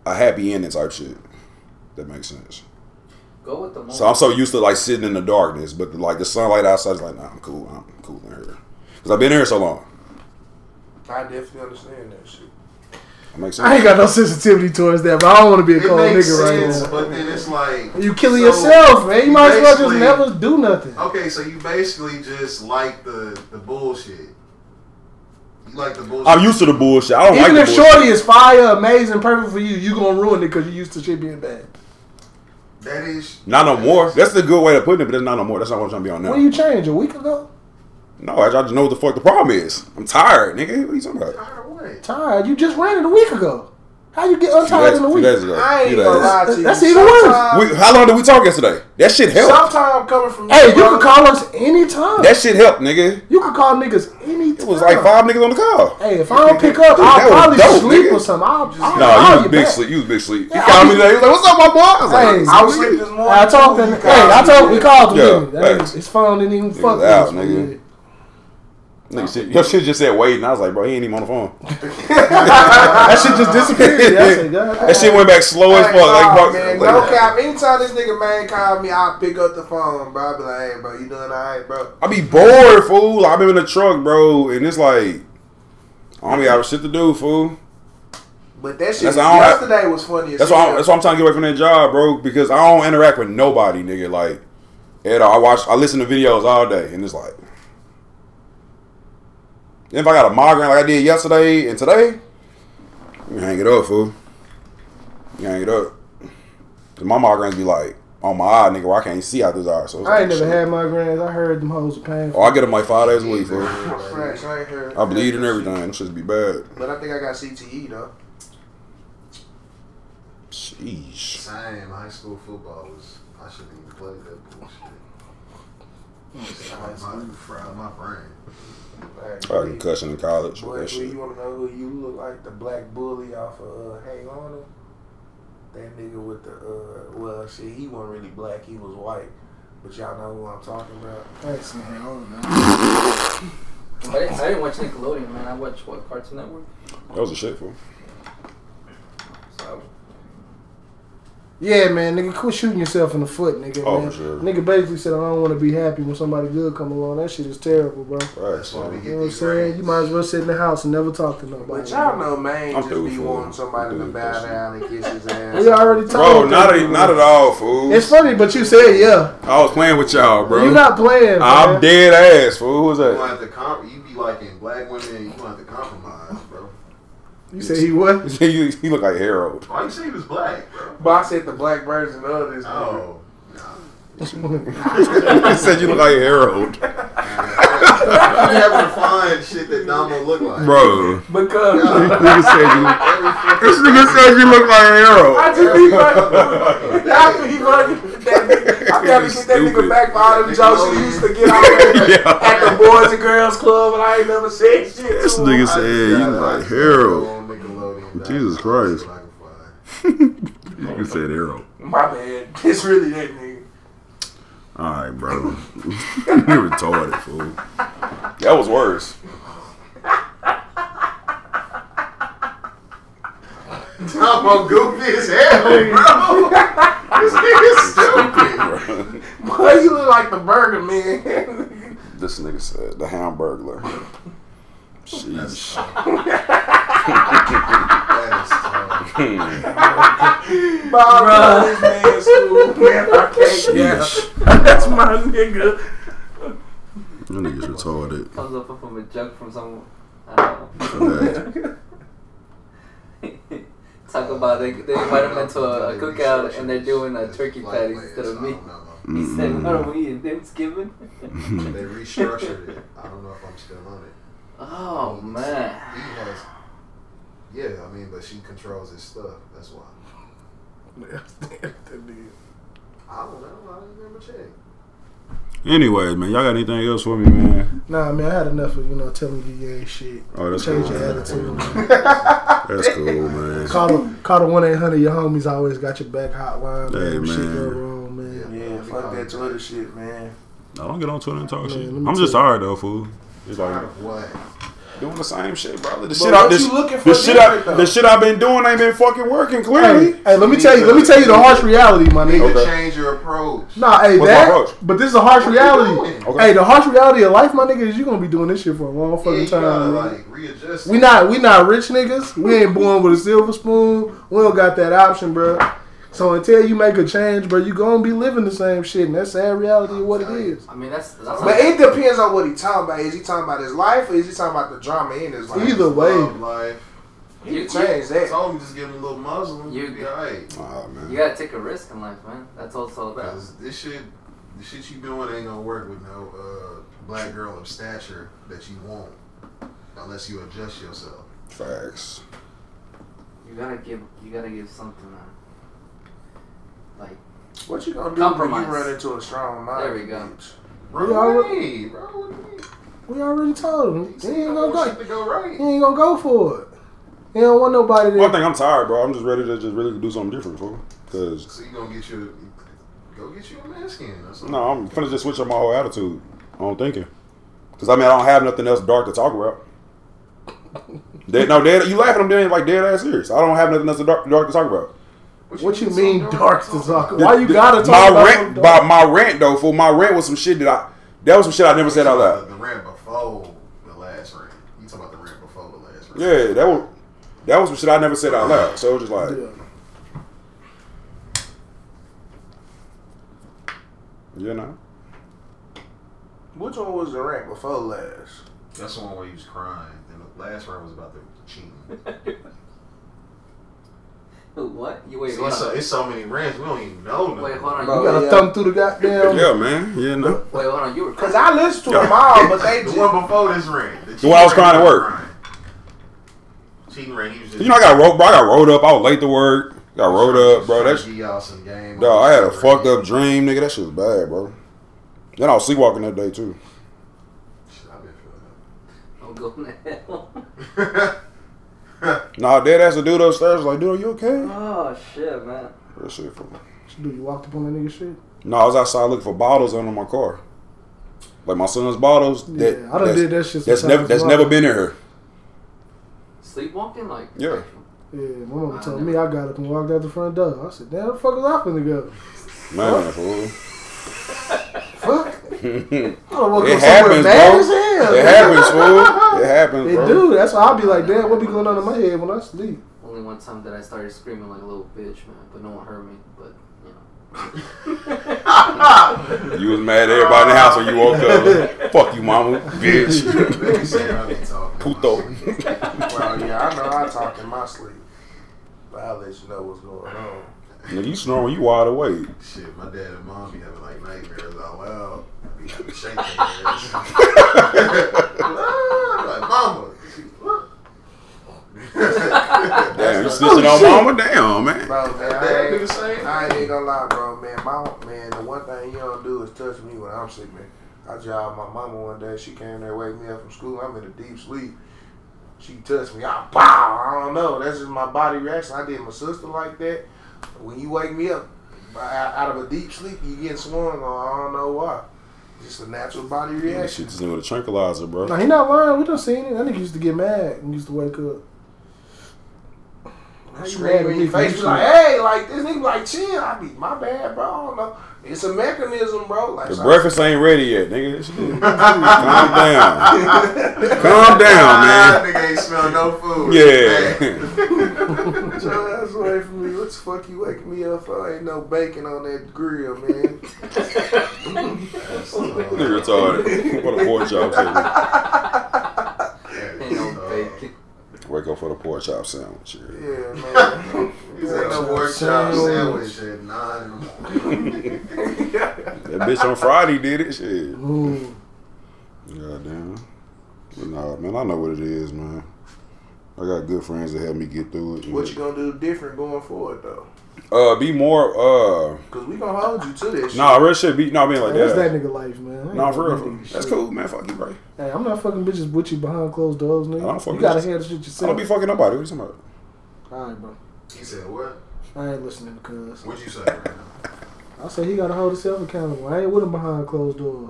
a happy ending type shit. That makes sense. Go with the moment. So I'm so used to like sitting in the darkness, but like the sunlight outside is like, nah, I'm cool. I'm cool in here because I've been here so long. I definitely understand that shit. That makes sense. I ain't got no sensitivity towards that, but I don't want to be a It cold makes nigga sense, right but then it's like now. You killing so, yourself, man. You might as well just basically- never do nothing. Okay, so you basically just like the the bullshit. You like the bullshit. I'm used to the bullshit. I don't Even like if the bullshit. Shorty is fire, amazing, perfect for you, you gonna ruin it because you used to shit being bad. that is Not no more. That's the good way to put it, but it's not no more. That's not what I'm trying to be on now. When you change a week ago, no, I, I just know what the fuck the problem is. I'm tired, nigga. What are you talking about? Tired of what? tired. You just ran it a week ago. How you get Few untied days, in a few week? days ago. I ain't Few gonna lie days. to you. That's even worse. Sometime- We, how long did we talk yesterday? That shit helped. Sometime coming from Hey, you bro, can call us anytime. That shit helped, nigga. you can call niggas anytime. It was like five niggas on the call. Hey, if I don't pick up, Dude, that I'll probably was dope, sleep nigga. or something. I'll just I'll, Nah, call you was you big back. sleep. You was big sleep. He Yeah, called I- me today. He was like, "What's up, my boy?" I was like, Hey, I was sleeping this morning. I talked and hey, I talked. We called Yeah, him. Yeah, thanks. his phone didn't even fuck was with out, us. nigga. Nigga, shit, your shit just said wait, and I was like, bro, he ain't even on the phone. That shit just disappeared. Yeah, I said, God. That shit went back slow as Like, fuck. nah, Like, man, bro, no like, cap. Anytime this nigga man called me, I pick up the phone, bro. I be like, hey, bro, you doing all right, bro? I be bored, fool. I've been in the truck, bro, and it's like, I don't got shit to do, fool. But that shit That's why I don't have- yesterday was funny. As That's why, I'm, hell. that's why I'm trying to get away from that job, bro, because I don't interact with nobody, nigga. Like, at all. I watch, I listen to videos all day, and it's like, if I got a migraine like I did yesterday and today, you hang it up, fool. You hang it up. 'Cause my migraines be like, on my eye, nigga, where I can't see out this eye. So it's I like, ain't never shit. had migraines. I heard them hoes are Oh, painful. I get them like five days a week, fool. I'm fresh. I ain't heard. I bleed and everything. Them shits be bad. But I think I got CTE though. Sheesh. Same. High school football was. I shouldn't even play that bullshit. My, fried my brain. Like, I had concussion in college. with Boy, That Blue, shit. you want to know who you look like? The black bully off of uh, Hang On. Him? That nigga with the uh, well, shit, he wasn't really black. He was white. But y'all know who I'm talking about. Thanks, man. I didn't, I didn't watch Nickelodeon, man. I watched what Cartoon Network. That was a shit, fool. So Yeah, man, nigga, quit shooting yourself in the foot, nigga. Oh, man. for sure. Nigga basically said, I don't want to be happy when somebody good come along. That shit is terrible, bro. Right. That's why Oh, You know So. we get what I'm these saying? You rings. might as well sit in the house and never talk to nobody. But y'all know, man, I'm just through be for- wanting somebody I'm to through bow for- down and kiss his ass. We already talked. Oh, Bro, not, to a, not at all, fool. It's funny, but you said yeah. I was playing with y'all, bro. You're not playing. I'm man. dead ass, fool. Who was You gonna that? have to com- You be liking black women. You gonna have to compromise, bro. You said he what? you, you look like Harold. Why you say he was black, bro? But I said the black version of this. nigga. Oh. he said you look like Harold. You have to find shit that Damo look like, Bro. Because Yeah. nigga said you, Every fucking- this nigga said you look like I Harold. just be fucking. I be fucking. That nigga, I gotta get that Stupid. nigga back for all them jokes he used to get out there yeah. at the Boys and Girls Club, and I ain't never said shit. to This him. nigga I said just you got look like it. Harold. On Nickelodeon. Jesus That's Christ. what I can find. You said Harold. My bad. It's really that nigga. All right, bro. you retarded, fool. That was worse. Damo goofy as hell, bro. this nigga's stupid. Bro. Boy, you look like the Burger Man. This nigga said the hamburglar. Sheesh. That is tough. Bob Bruh. this man school. Man, I can't yeah. Sheesh. That's my nigga. That nigga's retarded. comes up from a jug from someone. I don't know. Okay. Talk about they, they invite him into a, a cookout and they're doing a turkey patty instead of meat. He said, "What are we Mm-hmm. eating Thanksgiving?" Hmm. They restructured it. I don't know if I'm still on it. Oh man, He has. Yeah, I mean, but she controls his stuff. That's why. I don't know. I didn't remember checking. Anyways, man, y'all got anything else for me, man? Nah, man, I had enough of you know telling you you ain't shit. Oh, that's cool. Change your Man. attitude. man. That's cool, man. Call the call the one eight hundred. Your homies always got your back hotline. Hey, man. If Shit man. go wrong, man. Yeah, fuck that Twitter shit, man. I don't get on Twitter and talk shit. let me I'm just tired though, fool. It's like Tired of what? Doing the same shit, brother. The But shit I what this, you looking for the shit I different, though? the shit I've been doing ain't been fucking working. Clearly, Hey, hey, let me tell you. Let me tell you the harsh reality, my You nigga. need to Okay. change your approach. Nah, hey, What's my that. approach? But this is a harsh What you reality. doing? Hey, the harsh reality of life, my nigga, is you gonna be doing this shit for a long Yeah, fucking you time. gotta nigga. like readjust. we not we not rich niggas. We ain't born with a silver spoon. We don't got that option, bro. So until you make a change, bro, you gonna be living the same shit, and that's the sad reality of what it is. I mean that's that's. But it depends on what he talking about. Is he talking about his life or is he talking about the drama in his life? Either way, Love life. He can change that. I told him just give him a little muzzle. You- You be alright. Aw, man. You gotta take a risk in life, man. That's also that. Cause this shit, the shit you doing ain't gonna work with no uh, black girl of stature that you want, unless you adjust yourself. Facts. You You gotta give. You gotta give something. Man. Like What you gonna do Compromise. when you run into a strong mind? There we go. bitch? Bro, Yeah, I what would- do you mean, bro? What do you mean? We already told him. You He said ain't I gonna want go. shit to go right. He ain't gonna go for it. He don't want nobody One that. thing, I'm tired, bro. I'm just ready to just really do something different, fool. Cause So you gonna get you go get you a Mexican or something? no, I'm finna just switch up my whole attitude on thinking. Cause I mean, I don't have nothing else dark to talk about. Dead, no, dead. You laughing? I'm dead like dead ass serious. I don't have nothing else dark, dark to talk about. What you mean, something dark something? to talk? Why you gotta talk my about rant? something By dark? my rant though, fool. My rant was some shit that I that was some shit I never said out loud. The rant before the last rant. You talking about the rant before the last rant? Yeah, that was that was some shit I never said out loud. So it was just like, you know, Which one was the rank before last? That's the one where you was crying. And the last rant was about the cheating. what? You wait. See, hold it's, so, on. it's so many rants we don't even know. Wait, nothing. hold on. Bro, You gotta yeah. thumb through the goddamn. yeah, man, you know. Wait, hold on. You were Cause I listened to them all, but they The just one before this rant. The, one I was cheating crying at rant, work. crying. Cheating rant. He was just. You know, I got rolled, bro. I got rolled up. I was late to work. Got rolled up, bro. Trying That's to give y'all some game. No, I had a fucked up dream, nigga. That shit was bad, bro. Then I was sleepwalking that day too. Shit, I've been feeling I'm going Oh, to hell. that. Nah, dead ass the dude upstairs was like, dude, are you okay? Oh shit, man. That shit for Dude, you walked up on that nigga shit. No, I was outside looking for bottles under my car. Like my son's bottles. Yeah, that, I done that's, did that shit. That's sometimes never as that's well. never been in here. Sleepwalking, like Yeah. Yeah, my mama told me I got up and walked out the front door. I said, "Damn, the fuck was I finna go? Man, fool. Fuck, I don't woke It up somewhere happens, mad bro. as hell. It happens, fool. It happens, It bro. do. That's why I'll be like, damn, what be going on in my head when I sleep? Only one time that I started screaming like a little bitch, man. But no one heard me. But you know. You was mad at everybody in the house when you woke up. Fuck you, mama, bitch, Let me see how they talk. puto. Well, yeah, I know I talk in my sleep. But I'll let you know what's going on. Nigga, you snoring, you wide awake. Shit, my dad and mom be having like nightmares out loud. I be having shaking their ass. like, mama. She, what? Damn, you oh, snitching on mama, damn, man. Bro, man, I That nigga ain't, saying? I ain't even gonna lie, bro, man. My man, the one thing you don't do is touch me when I'm sleeping. I jogged my mama one day. She came there, wake me up from school. I'm in a deep sleep. She touched me. I pow. I don't know. That's just my body reaction. I did my sister like that. When you wake me up I- out of a deep sleep, you get swung on. I don't know why. Just a natural body Yeah, reaction. shit just with a tranquilizer, bro. Now he not lying. We done seen it. That nigga used to get mad and used to wake up. I scream in your face, be like, Like, hey, like this nigga, like chill. I be, my bad, bro. I don't know. It's a mechanism, bro. Like, The so- breakfast ain't ready yet, nigga. Shit. Calm down. Calm down, Ah, man. nigga ain't smell no food. Man. Yeah. Get your ass away from me. What the fuck you waking me up for? Ain't no bacon on that grill, man. Nigga retarded. What a pork chop sandwich. Ain't no Uh, bacon. Wake up for the pork chop sandwich. yeah. Yeah, man. He's at the workshop sandwich at nine in the morning. That bitch on Friday did it. Shit. Ooh, Goddamn. But nah, man, I know what it is, man. I got good friends that help me get through it. What you gonna do different going forward, though? Uh, be more. Uh, Because we gonna hold you to this nah, real shit. Be nah, being like man, that's that that. nigga life, man. I ain't Nah, for gonna real. do for- that That's shit. cool, man. Fuck you, bro. Hey, I'm not fucking bitches with you behind closed doors, nigga. I don't fuck you gotta bitches. handle shit I yourself. don't be fucking nobody. What you talking about? All right, bro. He said, what? I ain't listening because What'd you say right now? I said he gotta hold himself accountable. I ain't with him behind closed doors.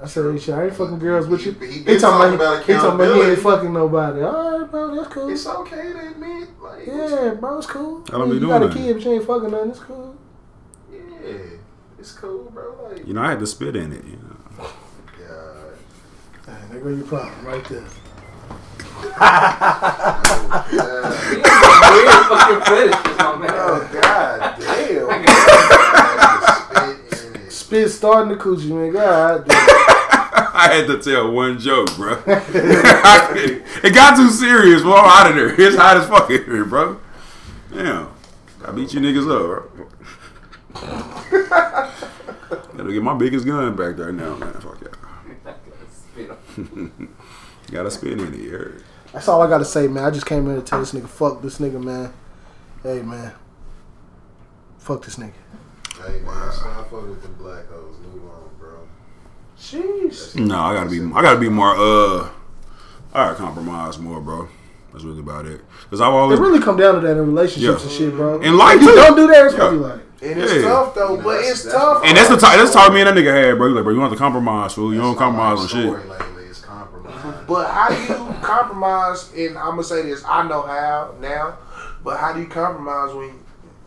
I said, hey, shit, I ain't fucking girls with you. He- he He, did talking talk about, about he, talking about he ain't accountability. fucking nobody. All right, bro, that's cool. It's okay to admit. Like, Yeah, bro, it's cool. I don't be you doing got a that. kid, but you ain't fucking nothing. It's cool. yeah. It's cool, bro. Like, You know, I had to spit in it. You know. yeah. Hey, there go your problem right there. Yeah. Weird fucking fetishes, my Oh, man. God damn. Spit in it. Spit starting the coochie, man. God, damn. I had to tell one joke, bro. it got too serious, bro. I'm out of there. It's hot as fuck in here, bro. Damn. I beat you niggas up, bro. Gotta get my biggest gun back there now, man. Fuck yeah. Spit on- Gotta spin in it, you heard. That's all I gotta say, man. I just came here to tell this nigga, fuck this nigga, man. Hey, man. Fuck this nigga. Hey, man, stop fucking with them black hoes. Move on, bro. Jeez. No, I gotta be. I gotta be more. Uh, I gotta compromise more, bro. That's really about it. Cause I've It always really come down to that in relationships Yeah. and shit, bro. in life if you too. don't do that, it's gonna be Yeah. like, And it's Yeah. tough though, but that's- it's that's- tough. and that's the talk. That's the talk me and that nigga had, bro. You like, bro, you want to compromise, fool. You don't That's my compromise on life shit. story Lately, it's compromise. But how do you compromise? And I'm gonna say this: I know how now, but how do you compromise when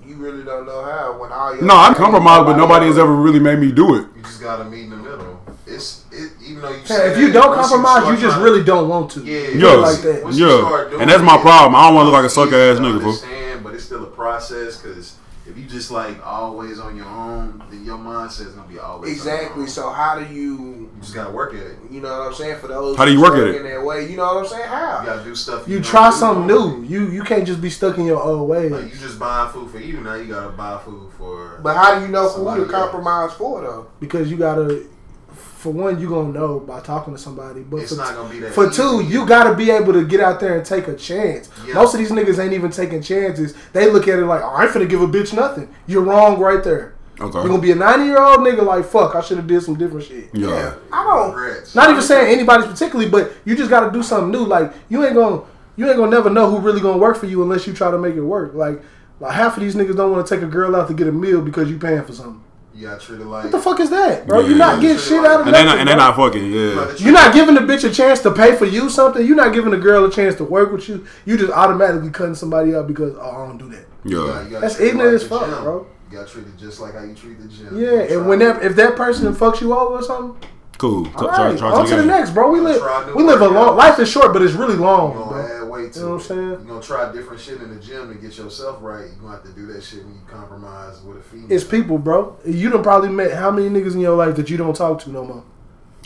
you really don't know how? When all your No, I compromise, but nobody has ever really made me do it. You just gotta meet in the middle. It's it, even though you. hey, if said you it, don't once compromise, you start just trying- really don't want to. Yeah, Yeah, like that. Once you start yeah, doing and that's my it, problem. I don't want to look like a it's sucker easy ass to nigga, fool. understand, But it's still a process because if you just like always on your own, then your mindset's gonna be always On your exactly. own. So how do you? You just gotta work at it. You You know what I'm saying? For those How do you who work at stuck it? in that way? You know what I'm saying? How? gotta do stuff. You don't try do something new. normally. You you can't just be stuck in your old ways. Like you just buying food for you now. You gotta buy food for. But how do you know who Somebody to else. compromise for though? because you gotta for one you gonna know by talking to somebody but it's for, not gonna be that. for easy. two you gotta be able to get out there and take a chance Yeah. most of these niggas ain't even taking chances they look at it like oh, i ain't finna give a bitch nothing you're wrong right there you're gonna Okay. be a 90 year old nigga like fuck i should have did some different shit Yeah. I don't. Regrets. not even saying anybody's particularly but you just gotta do something new like you ain't gonna you ain't gonna never know who really gonna work for you unless you try to make it work like like half of these niggas don't want to take a girl out to get a meal because you paying for something. You gotta treat it like. What the fuck is that, bro? Yeah. You're not getting shit out of And they nothing, not, and they bro. not fucking. Yeah. gotta You're not giving the bitch a chance to pay for you something. You're not giving the girl a chance to work with you. You just automatically cutting somebody up because oh, I don't do that. Yeah, Yeah. you gotta That's treat it ignorant like as the fuck, gym. bro. You gotta treat it just like how you treat the gym. Yeah, and when that if that person fucks you over or something, Cool. T- all try- right, try on to the again. next, bro. We live Try to we live a work long out. life is short, but it's really long, you're gonna bro. add weight to You know what I'm it. saying? You're gonna try different shit in the gym to get yourself right. You're gonna have to do that shit when you compromise with a female. It's people, bro. You done probably met how many niggas in your life that you don't talk to no more,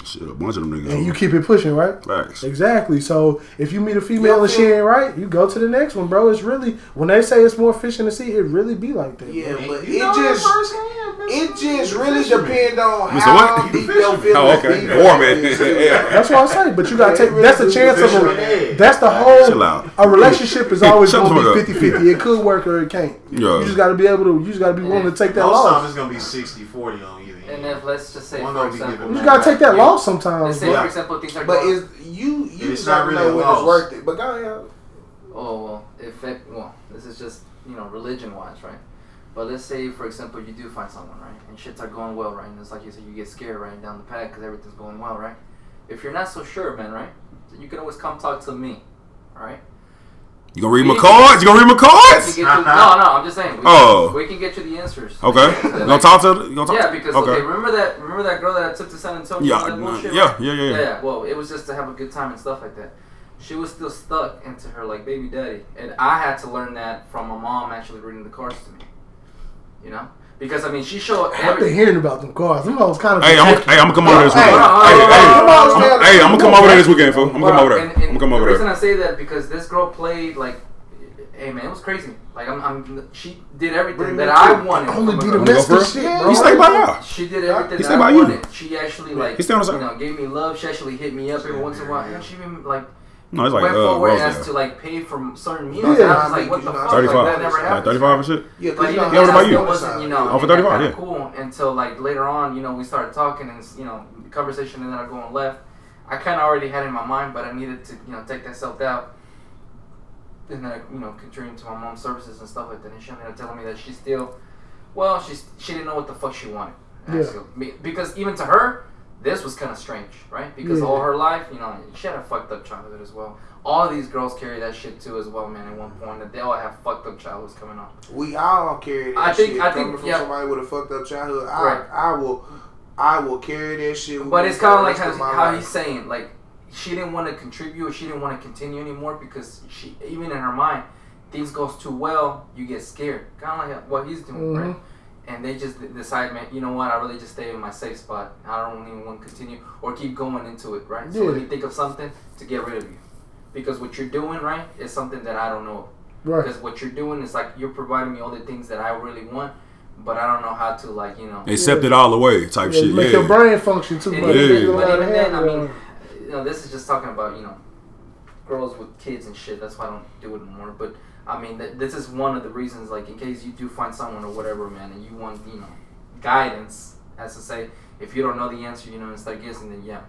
Shit, a bunch of them niggas. and you fool. keep it pushing, right? Facts. Exactly. So if you meet a female Yeah, and she ain't right, you go to the next one, bro. It's really when they say it's more fish in the sea, it really be like that. Yeah, You but it know that just firsthand, man. it just really Fisherman. depend on Mr. how Um, What? deep your feelings Oh, okay. deep Warm it. is, too. Yeah. That's what I say. But you gotta take that's the chance of a, Fisherman. that's the Chill whole out. a relationship is always Shut the gonna fuck be up. 50 50. It could work or it can't. Yeah. You just gotta be able to you just gotta be willing to take that Most times loss. it's gonna be 60 40 on either And end. if let's just say, One for of them be example, giving You just gotta take that Yeah. loss Let's sometimes, say, bro. for example, things are But going. is you you It's just not not really know a when loss. it's worth it. But go ahead. oh well, if it, well, this is just you know religion wise, right? But let's say, for example, you do find someone, right, and shits are going well, right, and it's like you said, you get scared, right, down the path because everything's going well, right. If you're not so sure, man, right, then you can always come talk to me, all right. You gonna read my cards? You gonna read my We cards? can get you, no, no, I'm just saying. We, Oh. we can get you the answers. Okay. You gonna talk to? You gonna talk? Yeah, because okay. okay. remember that remember that girl that I took to San Antonio? Yeah, for that I- bullshit? yeah, yeah, yeah, yeah. Well, it was just to have a good time and stuff like that. She was still stuck into her like baby daddy, and I had to learn that from my mom actually reading the cards to me. You know, because I mean, she showed I've been every. hearing about them cars. Them hoes kind of Hey, I'm hey, I'm gonna come over there this weekend. Hold on, Hey, hold on, hold on, hold on. hey, hey, I'm gonna come over there this weekend, fool. I'm gonna come Well, over there. and- I'm and gonna come the over reason there. I say that because this girl played like, hey man, it was crazy. Like I'm, I'm she did everything that I wanted. only from a be girl. the Wanna go best of first? shit, Yeah. bro. You stay by y'all. She did everything He that said I about you. wanted. She actually like He said on the you side. know gave me love. She actually hit me up every once in a while, and she even like No, it's like went uh, forward and asked Rosedale. to like pay for certain meals. Yeah. And I was like, what the fuck? Like, that 35. never Like happened. 35 and Yeah, shit. But because even Yeah, what then, about I you? still wasn't, you know, Oh, for and that 35, kinda yeah. cool until like later on, you know, we started talking and you know, conversation ended up going left. I kind of already had it in my mind, but I needed to, you know, take that self doubt. And then, I, you know, contributing to my mom's services and stuff like that. And she ended up telling me that she still, well, she's she didn't know what the fuck she wanted. And I Yeah. still- me- Because even to her, this was kind of strange, right? Because Yeah. all her life, you know, she had a fucked up childhood as well. All of these girls carry that shit too, as well, man. At one point, that they all have fucked up childhoods coming up. we all carry that I think- shit. I Coming think- from yeah. somebody with a fucked up childhood, I, Right. I will, I will carry that shit. with But me it's for the kind of like rest how, of my how life. he's saying, like she didn't want to contribute, or she didn't want to continue anymore because she, even in her mind, things goes too well, you get scared, kind of like what he's doing, right? And they just decide, man, you know what? I really just stay in my safe spot. I don't even want to continue or keep going into it, right? So let Yeah. me think of something to get rid of you, because what you're doing, right, is something that I don't know. Right. Because what you're doing is like you're providing me all the things that I really want, but I don't know how to, like, you know. Accept it all the way type Yeah, shit. make your Yeah. brain function too And much. Yeah. even You then- don't But gotta even then, I have, uh, mean, you know, this is just talking about you know girls with kids and shit. That's why I don't do it anymore. But I mean, th- this is one of the reasons. Like, in case you do find someone or whatever, man, and you want you know guidance, as to say, if you don't know the answer, you know, and start guessing, then yeah,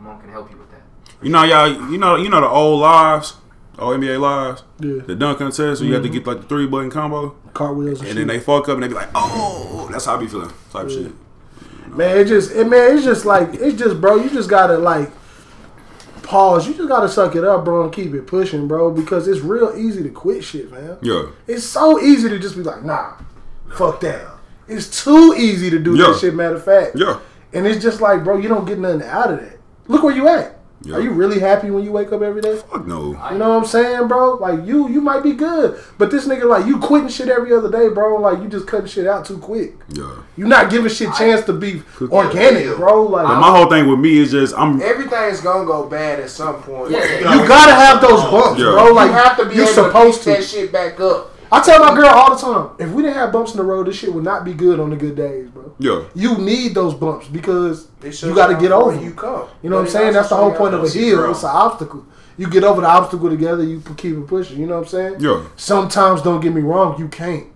my mom can help you with that. You know, y'all. You know, you know the old lives, old NBA lives, Yeah. the dunk contest. Where you have to Mm-hmm. get like the three button combo, Cartwheels and, and shit. then they fuck up and they be like, "Oh, that's how I be feeling." Type shit. Man, it just it, man, it's just like it's just bro, you just gotta like pause. You just gotta suck it up, bro, and keep it pushing, bro, because it's real easy to quit shit, man. Yeah. It's so easy to just be like, nah, fuck that. It's too easy to do Yeah. that shit, matter of fact. Yeah. And it's just like, bro, you don't get nothing out of that. Look where you at. Yeah. Are you really happy when you wake up every day? Fuck no. You know what I'm saying, bro? Like you, you might be good, but this nigga, like you quitting shit every other day, bro. Like you just cutting shit out too quick. Yeah. You not giving shit chance to be organic, bro. Like But my whole thing with me is just I'm. Everything's gonna go bad at some point. Yeah, yeah. you gotta have those bumps, Yeah. bro. Like you have to be you're able supposed to pick that to. shit back up. I tell my girl all the time, if we didn't have bumps in the road, this shit would not be good on the good days, bro. Yeah. You need those bumps because It shows you got to get how far over. You You, come. you But know what I'm it saying? also That's the whole shows point how of a close you hill. grow. It's an obstacle. You get over the obstacle together. You p- keep it pushing. You know what I'm saying? Yeah. Sometimes, don't get me wrong, you can't,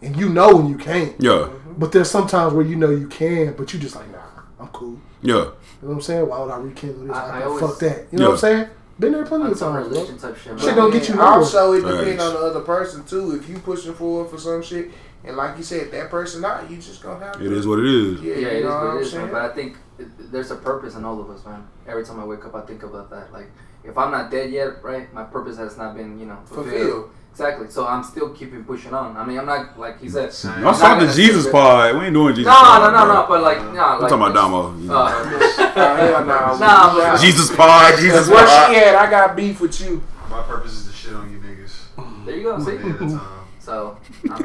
and you know when you can't. Yeah. But there's sometimes where you know you can, but you just like, nah, I'm cool. Yeah. You know what I'm saying? Why would I rekindle this? I- I, I can always- fuck that. You know what I'm saying? Been there plenty On of some times, bro. religion type shit. Shit but- don't get you nowhere. Also, it depends Thanks. on the other person too. If you pushing forward for some shit, and like you said, that person not, you just gonna have. It to- is what it is. Yeah, Yeah, you it is know what what it I'm is, man. saying. But I think it- there's a purpose in all of us, man. Every time I wake up, I think about that. Like, if I'm not dead yet, right, my purpose has not been, you know, fulfilled. Fulfilled. Exactly. So I'm still keeping pushing on. I mean, I'm not like he said. Same. I'm I'm not talking gonna to Jesus skip it. pod. We ain't doing Jesus. No, no, pod, no, bro. no. But like, nah, I'm like talking about it's- Damo. Uh, Oh, hell nah, Nah, we- bro. Jesus pod. Jesus Where she pod. at? I got beef with you. My purpose is to shit on you niggas. there you go. One day at a See. time. So I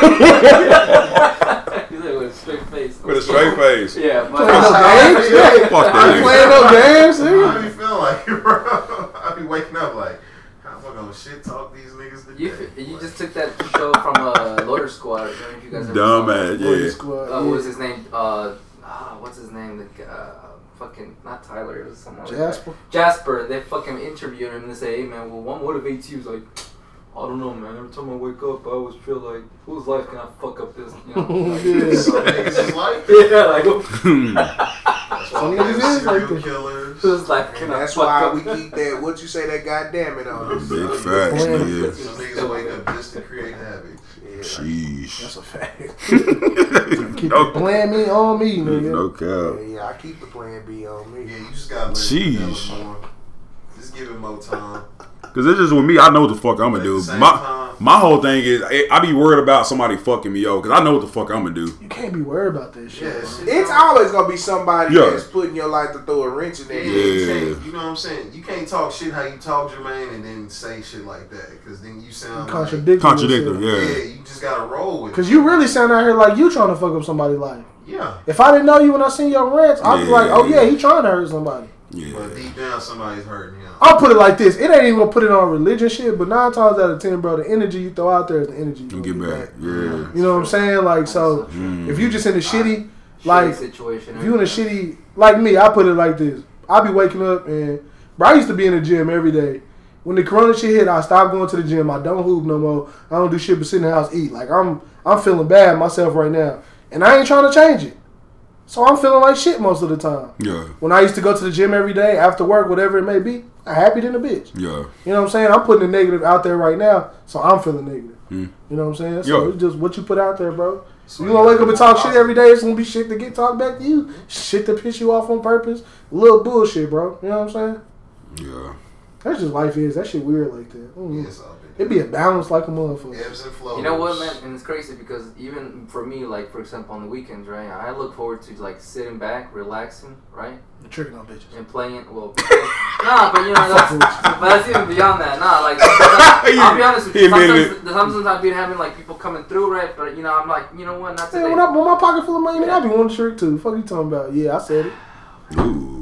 mean, he's like with a straight face. With Oh! a straight face. Yeah, but Playing no games? Yeah. Fuck that. Playing no games? I nigga? be feeling like, it, bro. I be waking up like, how am I gonna shit talk these niggas you today? you Like, just took that show from uh, Loader Squad. I don't know if you guys ever saw Dumb that. ass. Boy Yeah. squad, Uh, what was yeah. his name? Uh, ah, what's his name? The g- uh, fucking not Tyler. It was someone. like that. Jasper. Jasper. They fucking interviewed him and they say, "Hey man, well, what motivates you?" He's like, "I don't know, man. Every time I wake up, I always feel like, whose life can I fuck up this?" You know. like- some niggas is like, yeah, like whose niggas some niggas is like serial that. killers. life can And I that's fuck why up? we keep that. What you say? That goddamn it on us. Big facts, nigga. Some niggas wake up just to create havoc. Sheesh. That's a fact. Keep it no, blame me on me, nigga. no cap. Yeah, I keep the plan B on me. Yeah, you just gotta let Jeez. it develop more. Just give it more time. Cause it's just with me, I know what the fuck I'm gonna At do. the same My time- my whole thing is, I, I be worried about somebody fucking me over, cause I know what the fuck I'm gonna do. You can't be worried about that shit. Yeah, shit It's don't- always gonna be somebody Yeah. that's putting your life to throw a wrench in Yeah, there. you Yeah. can't- you know what I'm saying? You can't talk shit how you talk, Jermaine, and then say shit like that, because then you sound Like, Contradicting. Contradictory, yeah, yeah. you just gotta roll with Because it. you really sound out here like you trying to fuck up somebody's life. Yeah, If I didn't know you when I seen your rants, I'd be Yeah. like, oh yeah, he trying to hurt somebody. Yeah. but deep down somebody's hurting him. I'll put it like this. It ain't even gonna put it on religion shit, but nine times out of ten, bro, the energy you throw out there is the energy you gonna You get back. Yeah. You know what I'm saying? Like so Mm. if you just in a shitty Shitty like situation. if you in a everything. shitty like me, I put it like this. I be waking up and bro, I used to be in the gym every day. When the corona shit hit, I stopped going to the gym. I don't hoop no more. I don't do shit but sit in the house eat. Like I'm I'm feeling bad myself right now. And I ain't trying to change it. So I'm feeling like shit most of the time. Yeah. When I used to go to the gym every day, after work, whatever it may be, I happy than a bitch. Yeah. You know what I'm saying? I'm putting the negative out there right now, so I'm feeling negative. You know what I'm saying? So Yeah. it's just what you put out there, bro. So you gonna wake up and talk shit positive. every day, it's gonna be shit to get talked back to you. Shit to piss you off on purpose. Little bullshit, bro. You know what I'm saying? Yeah. That's just life is. That shit weird like that. Mm. Yes, I'll be. It be a balance like a motherfucker. ebbs and flows. You know what, man? And it's crazy because even for me, like for example, on the weekends, right? I look forward to like sitting back, relaxing, right, You're tricking on bitches. and playing. Well, nah, but you know that's but that's even beyond that. Nah, like I'll be honest with He you. admitted Sometimes, sometimes I've been having like people coming through, right? But you know, I'm like, you know what? Not today. Man, when, I, when my pocket full of money, nigga, I be wanting to trick too. Fuck you talking about? Yeah, I said it. Ooh.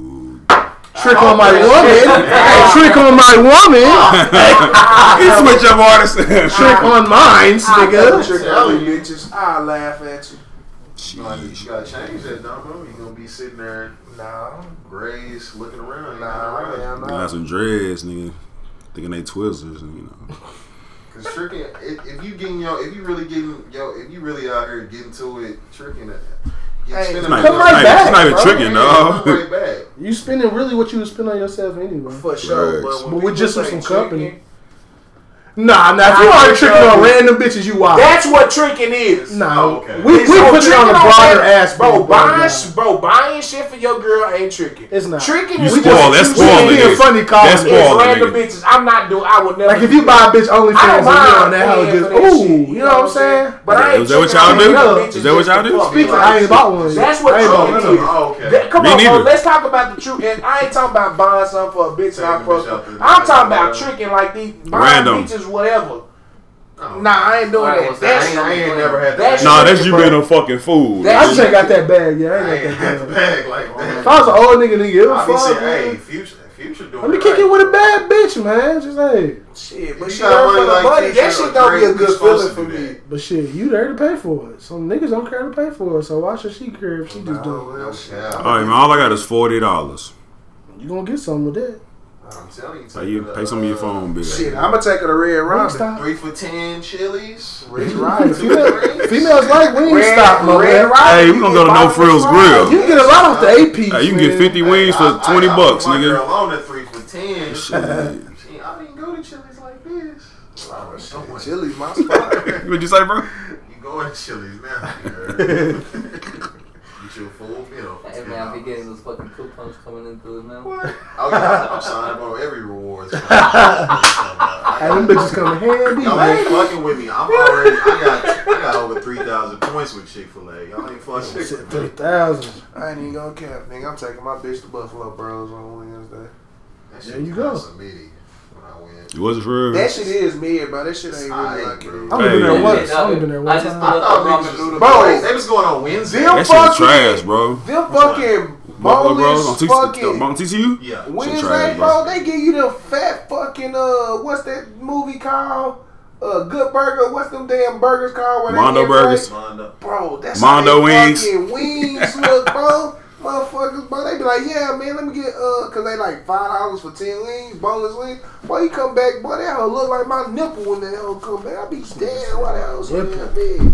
Trick on my woman. Hey, trick on my woman. he switch up artists. Trick on mines, I nigga. tell you, bitches, I laugh at you. Like, you gotta change that, Domo. You gonna be sitting there, No, grays, looking around. nah, Nah, hell Got no. some dreads, nigga. Thinking they twizzlers, and you know. Cause tricking, if, if you getting yo, if you really getting yo, if you really out here getting to it, tricking it. Hey, spending Come Not, money- even- not, right even- back, not even bro. tricking, dog. Right back. You spending really what you would spend on yourself anyway. For sure, Drugs. but, when But people with just some say company. tricking, Nah, nah. If you Nah, already tricking on bro. random bitches, you wild. That's what tricking is. nah. Oh, okay. We, we It's no put it on tricking a broader that. ass, bro. Buying, nah. sh- bro, buying shit for your girl ain't tricking. It's not. Tricking You is just spoil. That's you just spoil. being funny, Colin. That's It's spoil, random nigga. bitches. I'm not doing. I would never. Like if do you that. buy a bitch I don't OnlyFans, and you're on mind that hoe paying for just that ooh, shit. you know what I'm saying? But I ain't Is that what tricking y'all on do? no bitches Is that what just y'all to do? fuck, Speaking, like, I ain't bought one. yet. That's what I ain't bought tricking none of is. them. Oh, okay. That- come Me on, neither. bro. Let's talk about the truth. And I ain't talking about buying something for a bitch I Taking the bitch out fuck. there. I'm talking about tricking like these buying Random. bitches, whatever. Oh. Nah, I ain't doing Alright, that. what's I That's ain't, I ain't never had That's that. Nah, that's tricking, you bro. being a fucking fool. That's- I just ain't got that bag yet. I I ain't ain't got had that the bag. bag like If I was that. an old nigga, nigga, it I was be saying, fuck. hey, man. future, future doing Let me it kick right, it with a bro. bad bitch, man. Just hey. Shit, You but she got earned for money the like money. Future That or shit don't be a Drake, you good supposed feeling to for do me. that. But shit, you there to pay for it. Some niggas don't care to pay for it, so why should she care if she just do No All shit. right, man. All I got is forty dollars. it? You gonna get something with that. I'm telling you. So you taking pay some of your a, phone bill. Shit, I'm gonna take her to Red Robin. Wingstop. Three for ten chilies. Red Right. Robin. Female, females like Wingstop, my man. Hey, we gonna go to No Frills Grill. You get a lot off the AP. Hey, you can get fifty wings for twenty bucks, I, I, I put my nigga. girl on at three for ten. Shit. She, I didn't go to Chili's like this. I was somewhere. Chili's my spot. What'd you say, bro? You going to Chili's now? you heard. Get your full meal. for Hey man, I be $10. getting those fucking coupons coming in through the mail. Oh yeah, I'm signing up on every rewards. Y'all Hey, them bitches come in handy. ain't man. fucking with me. I'm already. I got. I got over three thousand points with Chick Fil A. Y'all ain't fucking with me. Three thousand. I ain't even gonna cap, nigga. I'm taking my bitch to Buffalo Bros on Wednesday. That There you shit go. was a meeting when I went. It wasn't for real. That shit is mid, bro. That shit ain't really Aight, like it. bro. I've only been Hey. there once. Yeah, I've only been there I once. just- I thought niggas was, bro, they was going on Wednesday. Them That shit's fucking, trash, bro. them fucking Buffalo Bros on boneless TC fucking on TCU. Yeah. Wednesday, trash, bro, bro. they give you the fat fucking uh, what's that movie called? Uh, Good Burger. What's them damn burgers called? where they Mondo get burgers. fat? Mondo. bro. That's Mondo how they wings. Fucking wings, look, bro. Motherfuckers, bro, they be like, yeah, man, let me get, uh, cause they like five dollars for ten wings, boneless wings. Boy, you come back, boy, that hoe look like my nipple when that hoe come back. I be damn, why that hoe so damn big?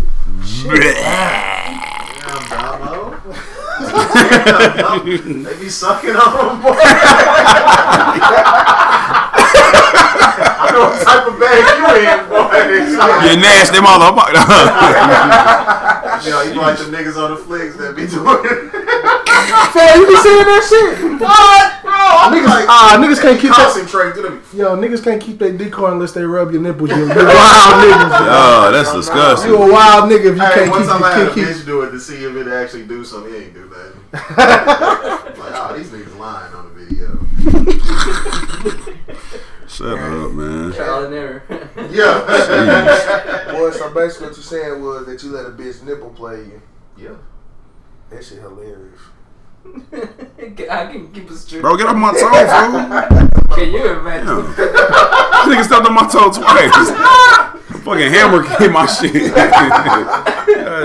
Damn, Damo. they be sucking on them, boy. I know what type of bag you in, boy. You nasty motherfucker. Yo, you like the niggas on the flicks that be doing it. Ah, Fam, you be seeing that shit? What, bro? I'm Niggas, ah, niggas can't keep that. concentrate. Dude, Yo, niggas can't keep their dick hard unless they rub your nipples. You wild niggas. oh, that's disgusting. You a wild nigga if you hey, can't one keep time I had a your dick. bitch do it to see if it actually do something. It ain't do nothing. like, oh, these niggas lying on the video. Shut up, man. Trial and error. Yeah. Boy, so basically what you saying was that you let a bitch nipple play you. yeah. That shit hilarious. I can keep a straight. Bro, get off my toe, fool. Can you imagine? Damn. Nigga stepped on my toe twice. fucking hammer came my shit. God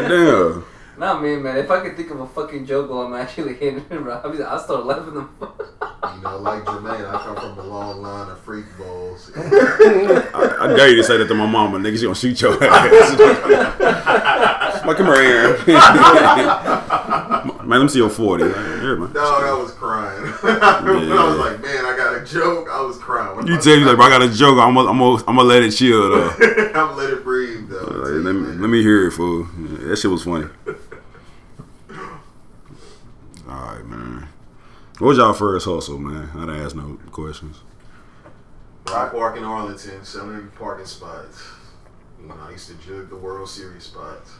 damn. Not me, man. If I could think of a fucking joke while I'm actually hitting it, bro, I'll, be, I'll start laughing the fuck. You know, like Jermaine, I come from a long line of freak bowls. I, I dare you to say that to my mama, nigga. She gonna shoot your ass. like, come here. man, let me see your 40. Like, Here, man. Dog, I was crying. When I was Yeah. like, man, I got a joke. I was crying. When You I- tell me, like, bro, I got a joke. I'm gonna I'm gonna- I'm gonna let it chill, though. I'm let it breathe though. Like, Tell you let, me, later. let me hear it, fool. That shit was funny. Alright, man. What was y'all first hustle, man? I didn't ask no questions. I park in Arlington, selling parking spots. When I used to jug the World Series spots.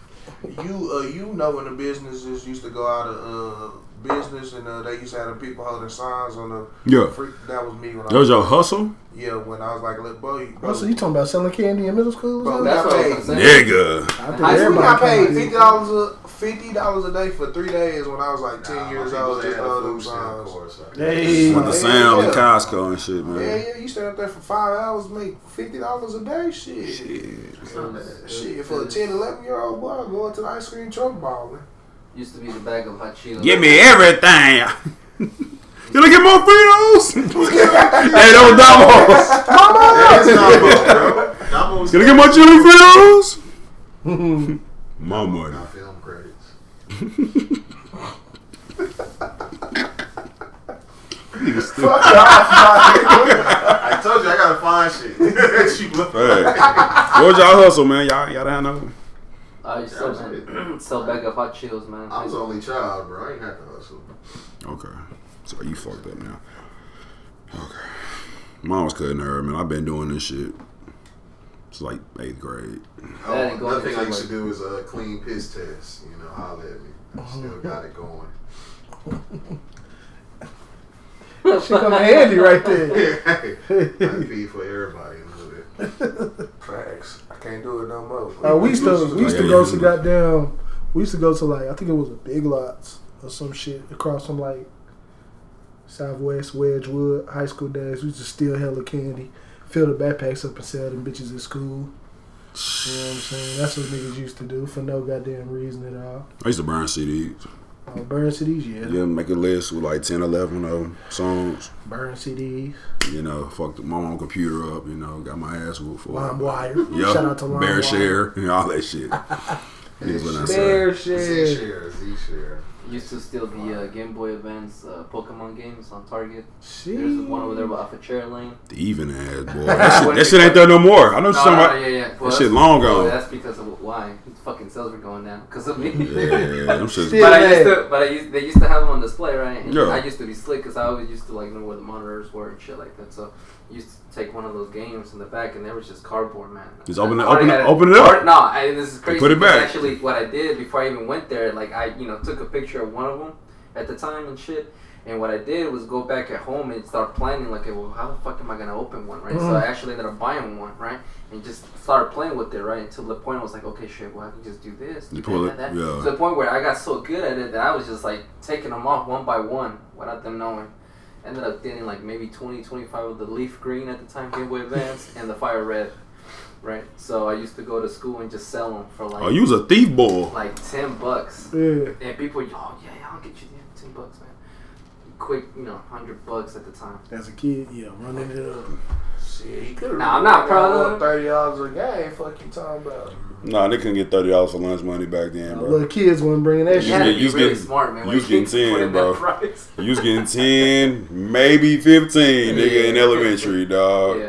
You uh, you know when the businesses used to go out of uh, business and uh, they used to have the people holding signs on the Yeah. freak. That was me when That I was your hustle? yeah when I was like, look, boy, you- Oh, so you talking about selling candy in middle school? Bro, Or something? that- That's what I'm saying. Nigga. I think High we everybody got paid kinda did. fifty dollars a fifty dollars a day for three days when I was like ten Nah, years my people old. Just had a all them food stamp signs. course. I- Hey, With the Yeah, sound and yeah. Costco and shit, Yeah, man. yeah, you stand up there for five hours, make fifty dollars a day, shit. Shit. It's not bad. Shit, for a 10, 11 year old boy, going to the ice cream truck balling. used to be the bag of hot Cheetos. Give me everything. Can I get more Fritos? hey, those Domos. That's Damo, bro. Damo's Can I get more chili Fritos? My money. my film credits. I told you I gotta find shit. She looked- Hey, what y'all hustle, man? Y'all, y'all don't know. I used to sell, man, sell bag of hot Cheetos, man. I was the only child, bro. I ain't had to hustle. Okay, so you fucked up now. Okay, mom's cutting her, man. I've been doing this shit. It's like eighth grade. Oh, That ain't going another thing I anywhere. used to do is a clean piss test. You know, holla at me. Oh. I still got it going. She come in handy right there. I pee for everybody a little bit. Facts. I can't do it no more. Uh, we used to we used to Yeah, go yeah. to goddamn. We used to go to like I think it was a Big Lots or some shit across from like Southwest Wedgewood high school days. We used to steal hella candy, fill the backpacks up and sell them bitches at school. You know what I'm saying? That's what niggas used to do for no goddamn reason at all. I used to burn CDs. Uh, burn CDs, yeah. Yeah, make a list with like 10, 11 of songs. Burn CDs. You know, fucked my own computer up. You know, got my ass whooped for. it. LimeWire. Yeah, Shout out to LimeWire. Bear Share, you know, all that shit. Niggas went outside. Bear Z shit. share, Z share. Used to steal the uh, Game Boy Advance uh, Pokemon games on Target. There's Shit. one over there off a chair lane. The even ass boy. That shit, that shit ain't there no more. I know what you're talking No, no, about. yeah, yeah. Well, that shit long well, gone. That's because of why the fucking sales were going down because of me. Yeah, them shits. Shit. But I used to, but I used, they used to have them on display, right? And Yeah. I used to be slick because I always used to like know where the monitors were and shit like that. So I used to take one of those games in the back, and there was just cardboard, man. Just open it- I already open it- had open it up. Already- No, I, this is crazy. put it because back. Actually, what I did before I even went there, like I, you know, took a picture of one of them at the time and shit. And what I did was go back at home and start planning, like, okay, well, how the fuck am I gonna open one, right? So I actually ended up buying one, right? And just started playing with it, right? Until the point I was like, okay, shit, well, I can just do this. You do pull that, it- that. yeah. To the point where I got so good at it that I was just like taking them off one by one without them knowing. Ended up getting like maybe 20, 25 of the leaf green at the time, Game Boy Advance, and the fire red, right? So I used to go to school and just sell them for like Oh, you was a thief boy. like 10 bucks. Yeah. And people, oh, yeah, yeah, I'll get you the 10 bucks, man. Quick, you know, 100 bucks at the time. As a kid, yeah, running it up. Shit, he could Nah, I'm not proud of it. Thirty dollars a game. Fuck you talking about? Nah, they couldn't get thirty dollars for lunch money back then, bro. Little kids wasn't bringing that You Yeah, had to shit. be you was really getting- smart, man. you when was getting you put 10, in bro. that price. You was getting ten, maybe fifteen, nigga, in Yeah. elementary, dog. Yeah.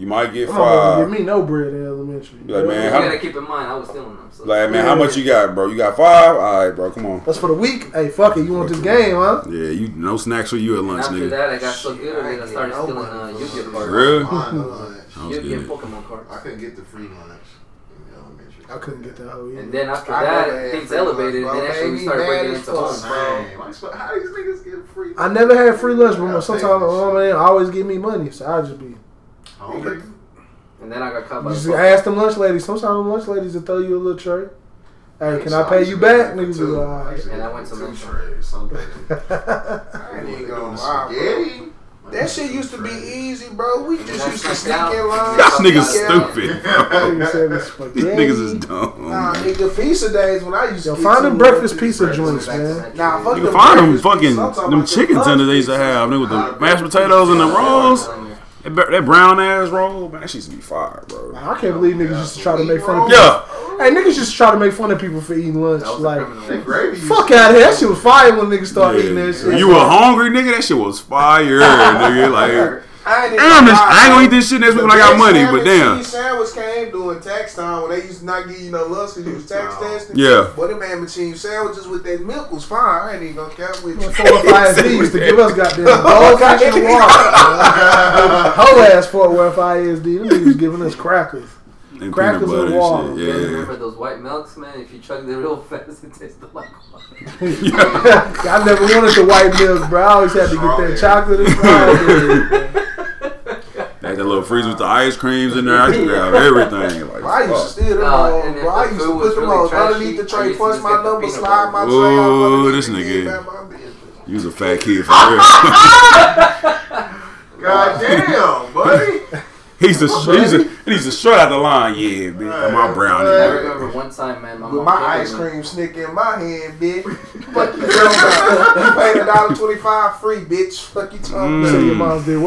You might get My mama five. wouldn't give me no bread in elementary. Like, man, You how- gotta keep in mind, I was stealing them. So. Like, man, how much you got, bro? You got five? All right, bro, come on. That's for the week. Hey, fuck it. You want this game, huh? Yeah, you no snacks for you at lunch, after nigga. that, I got so Shit, good at it, I I started ain't get stealing no uh, money. Yu-Gi-Oh cards. Really? Mine to lunch. I was Yu-Gi-Oh getting it. Pokemon cards. I couldn't get the free lunch in elementary. I couldn't get that hoe And either. then after I never that, had things free lunch, elevated, bro. and then actually we Baby, started mad breaking as into fuck. books. Same. Like, so how these niggas get free? I never had free lunch, but I'll sometimes take my this mom shit. and always give me money, so I just be. You Hungry? And then I got caught by just the fuck. ask them lunch ladies. Sometimes the lunch ladies will throw you a little tray. Hey, can I pay you back? uh, Niggas be like, all right. And I went to two Metro. trays. Something. I I ain't ain't even going gonna to lie, bro. spaghetti. That shit used to be easy, bro. We just used to That's sneak like in line. that. This nigga's sneak out. stupid, bro. Niggas said it's These spaghetti. niggas is dumb. Nah, man. nigga, pizza days when I used Yo, to get find two them breakfast little pizza breakfast joints, back- man. Nah, fuck You them can find them breakfast fucking pizzas. I'm talking them about chicken lunch tenders they used to pizzas. have, nigga, with the mashed potatoes and the rolls. That, br- that brown ass roll, man, that shit used to be fire, bro. I can't believe niggas just try to make fun of people. Yeah, Hey, niggas just try to make fun of people for eating lunch. That was a Like, That criminal. gravy. used fuck to- out of here. That shit was fire when niggas started eating that yeah. shit. you were hungry, nigga. That shit was fire, nigga. Like, I ain't even damn, this, I ain't lie, gonna eat this shit next week when I got That money, salmon but damn, cheese sandwich came during tax time when they used to not give you no lunch because you was tax No. testing. Yeah. But them ham and cheese sandwiches with that milk was fine. I ain't even gonna count with you. Four or five Z used to give us goddamn dog catching water. man. Whole ass Fort Worth ISD. Them niggas giving us crackers. and peanut Crackers and butter water. and You guys shit. remember those white milks, man? If you chug them real fast, it tasted like water. I never wanted the white milk, bro. I always had to get that chocolate and strawberry. Yeah, that, that little freezer with the ice creams in there. I used to grab everything. Like, I used to fuck. steal them Nah, all, Uh, and if bro. I the used to food was put them really all trashy, underneath the I tray, used to punch just my get the number, peanut slide my butter. tray. out, Ooh, fucking this shit, nigga. get back my business. you was a fat kid for real. God damn, buddy. He's a he's a he's a strut out the line. Yeah, bitch, my I brownie. remember one time, man, my With mom my gave ice me- cream snick in my hand, bitch. Fuck you talking about? You paid a dollar twenty five free, bitch. Fuck you talking Mm. So your about? mom did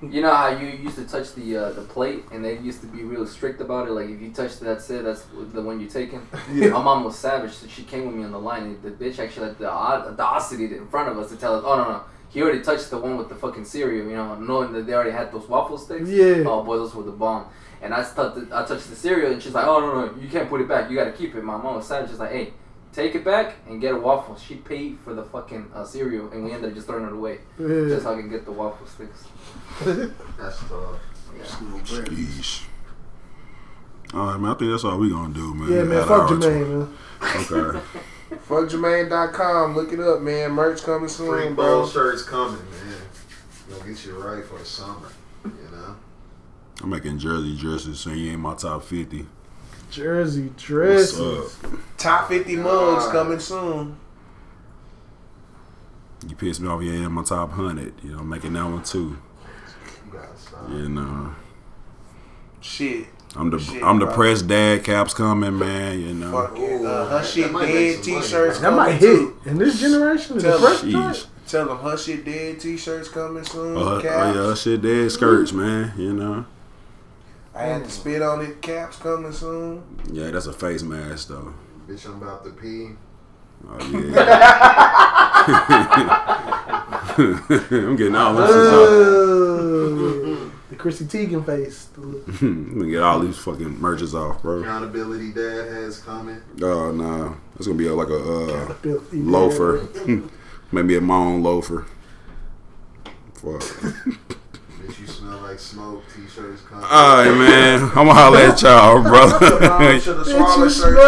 what? You know how you used to touch the uh, the plate, and they used to be real strict about it. Like if you touch that, that's it. That's the one you're taking. My mom was savage, so she came with me on the line. And the bitch actually had the au- audacity to- in front of us to tell us, "Oh no, no, he already touched the one with the fucking cereal." You know, knowing that they already had those waffle sticks. Yeah. Oh boy, those were the bomb. And I touched the, I touched the cereal, and she's like, "Oh no, no, you can't put it back. You got to keep it." My mom was savage. She's like, "Hey." Take it back and get a waffle. She paid for the fucking uh, cereal, and we ended up just throwing it away just Yeah. so I can get the waffle sticks. That's tough. Yeesh. All right, man. I think that's all we gonna do, man. Yeah, We man. had Fuck our Jermaine, man. two. Okay. FuckJermaine.com. Look it up, man. Merch coming Free soon, bowl bro. shirts coming, man. Gonna get you right for the summer, you know. I'm making jersey dresses, so you ain't my top fifty. Jersey What's dresses. up? Top fifty mugs coming soon. You pissed me off. Yeah, in my top hundred. You know, I'm making that one too. You gotta stop. You know, Shit. I'm the Shit, I'm the bro. press dad. Caps coming, man. You know, Fuck it. Uh, Ooh, her shit that might make dead some money. t-shirts That coming might hit. too. In this generation, is the Tell fresh jeez. joint. Tell them her shit dead t-shirts coming soon. Oh, her- Caps. oh yeah, her shit dead skirts, man. You know, I had to spit on it. Caps coming soon. yeah, that's a face mask though. Bitch, I'm about to pee. Oh yeah. I'm getting all these. off. Oh, the Chrissy Teigen face. The look. I'm gonna Hmm, get all these fucking merges off, bro. Accountability Dad has coming. Oh nah, it's gonna be like a uh, Filthy man. loafer. Hmm. Maybe a my own loafer. Fuck. Bitch, you smell like smoke. T-shirts coming. All right, man. I'm gonna holler at y'all, brother. Should have Bitch, you swallowed shirt smell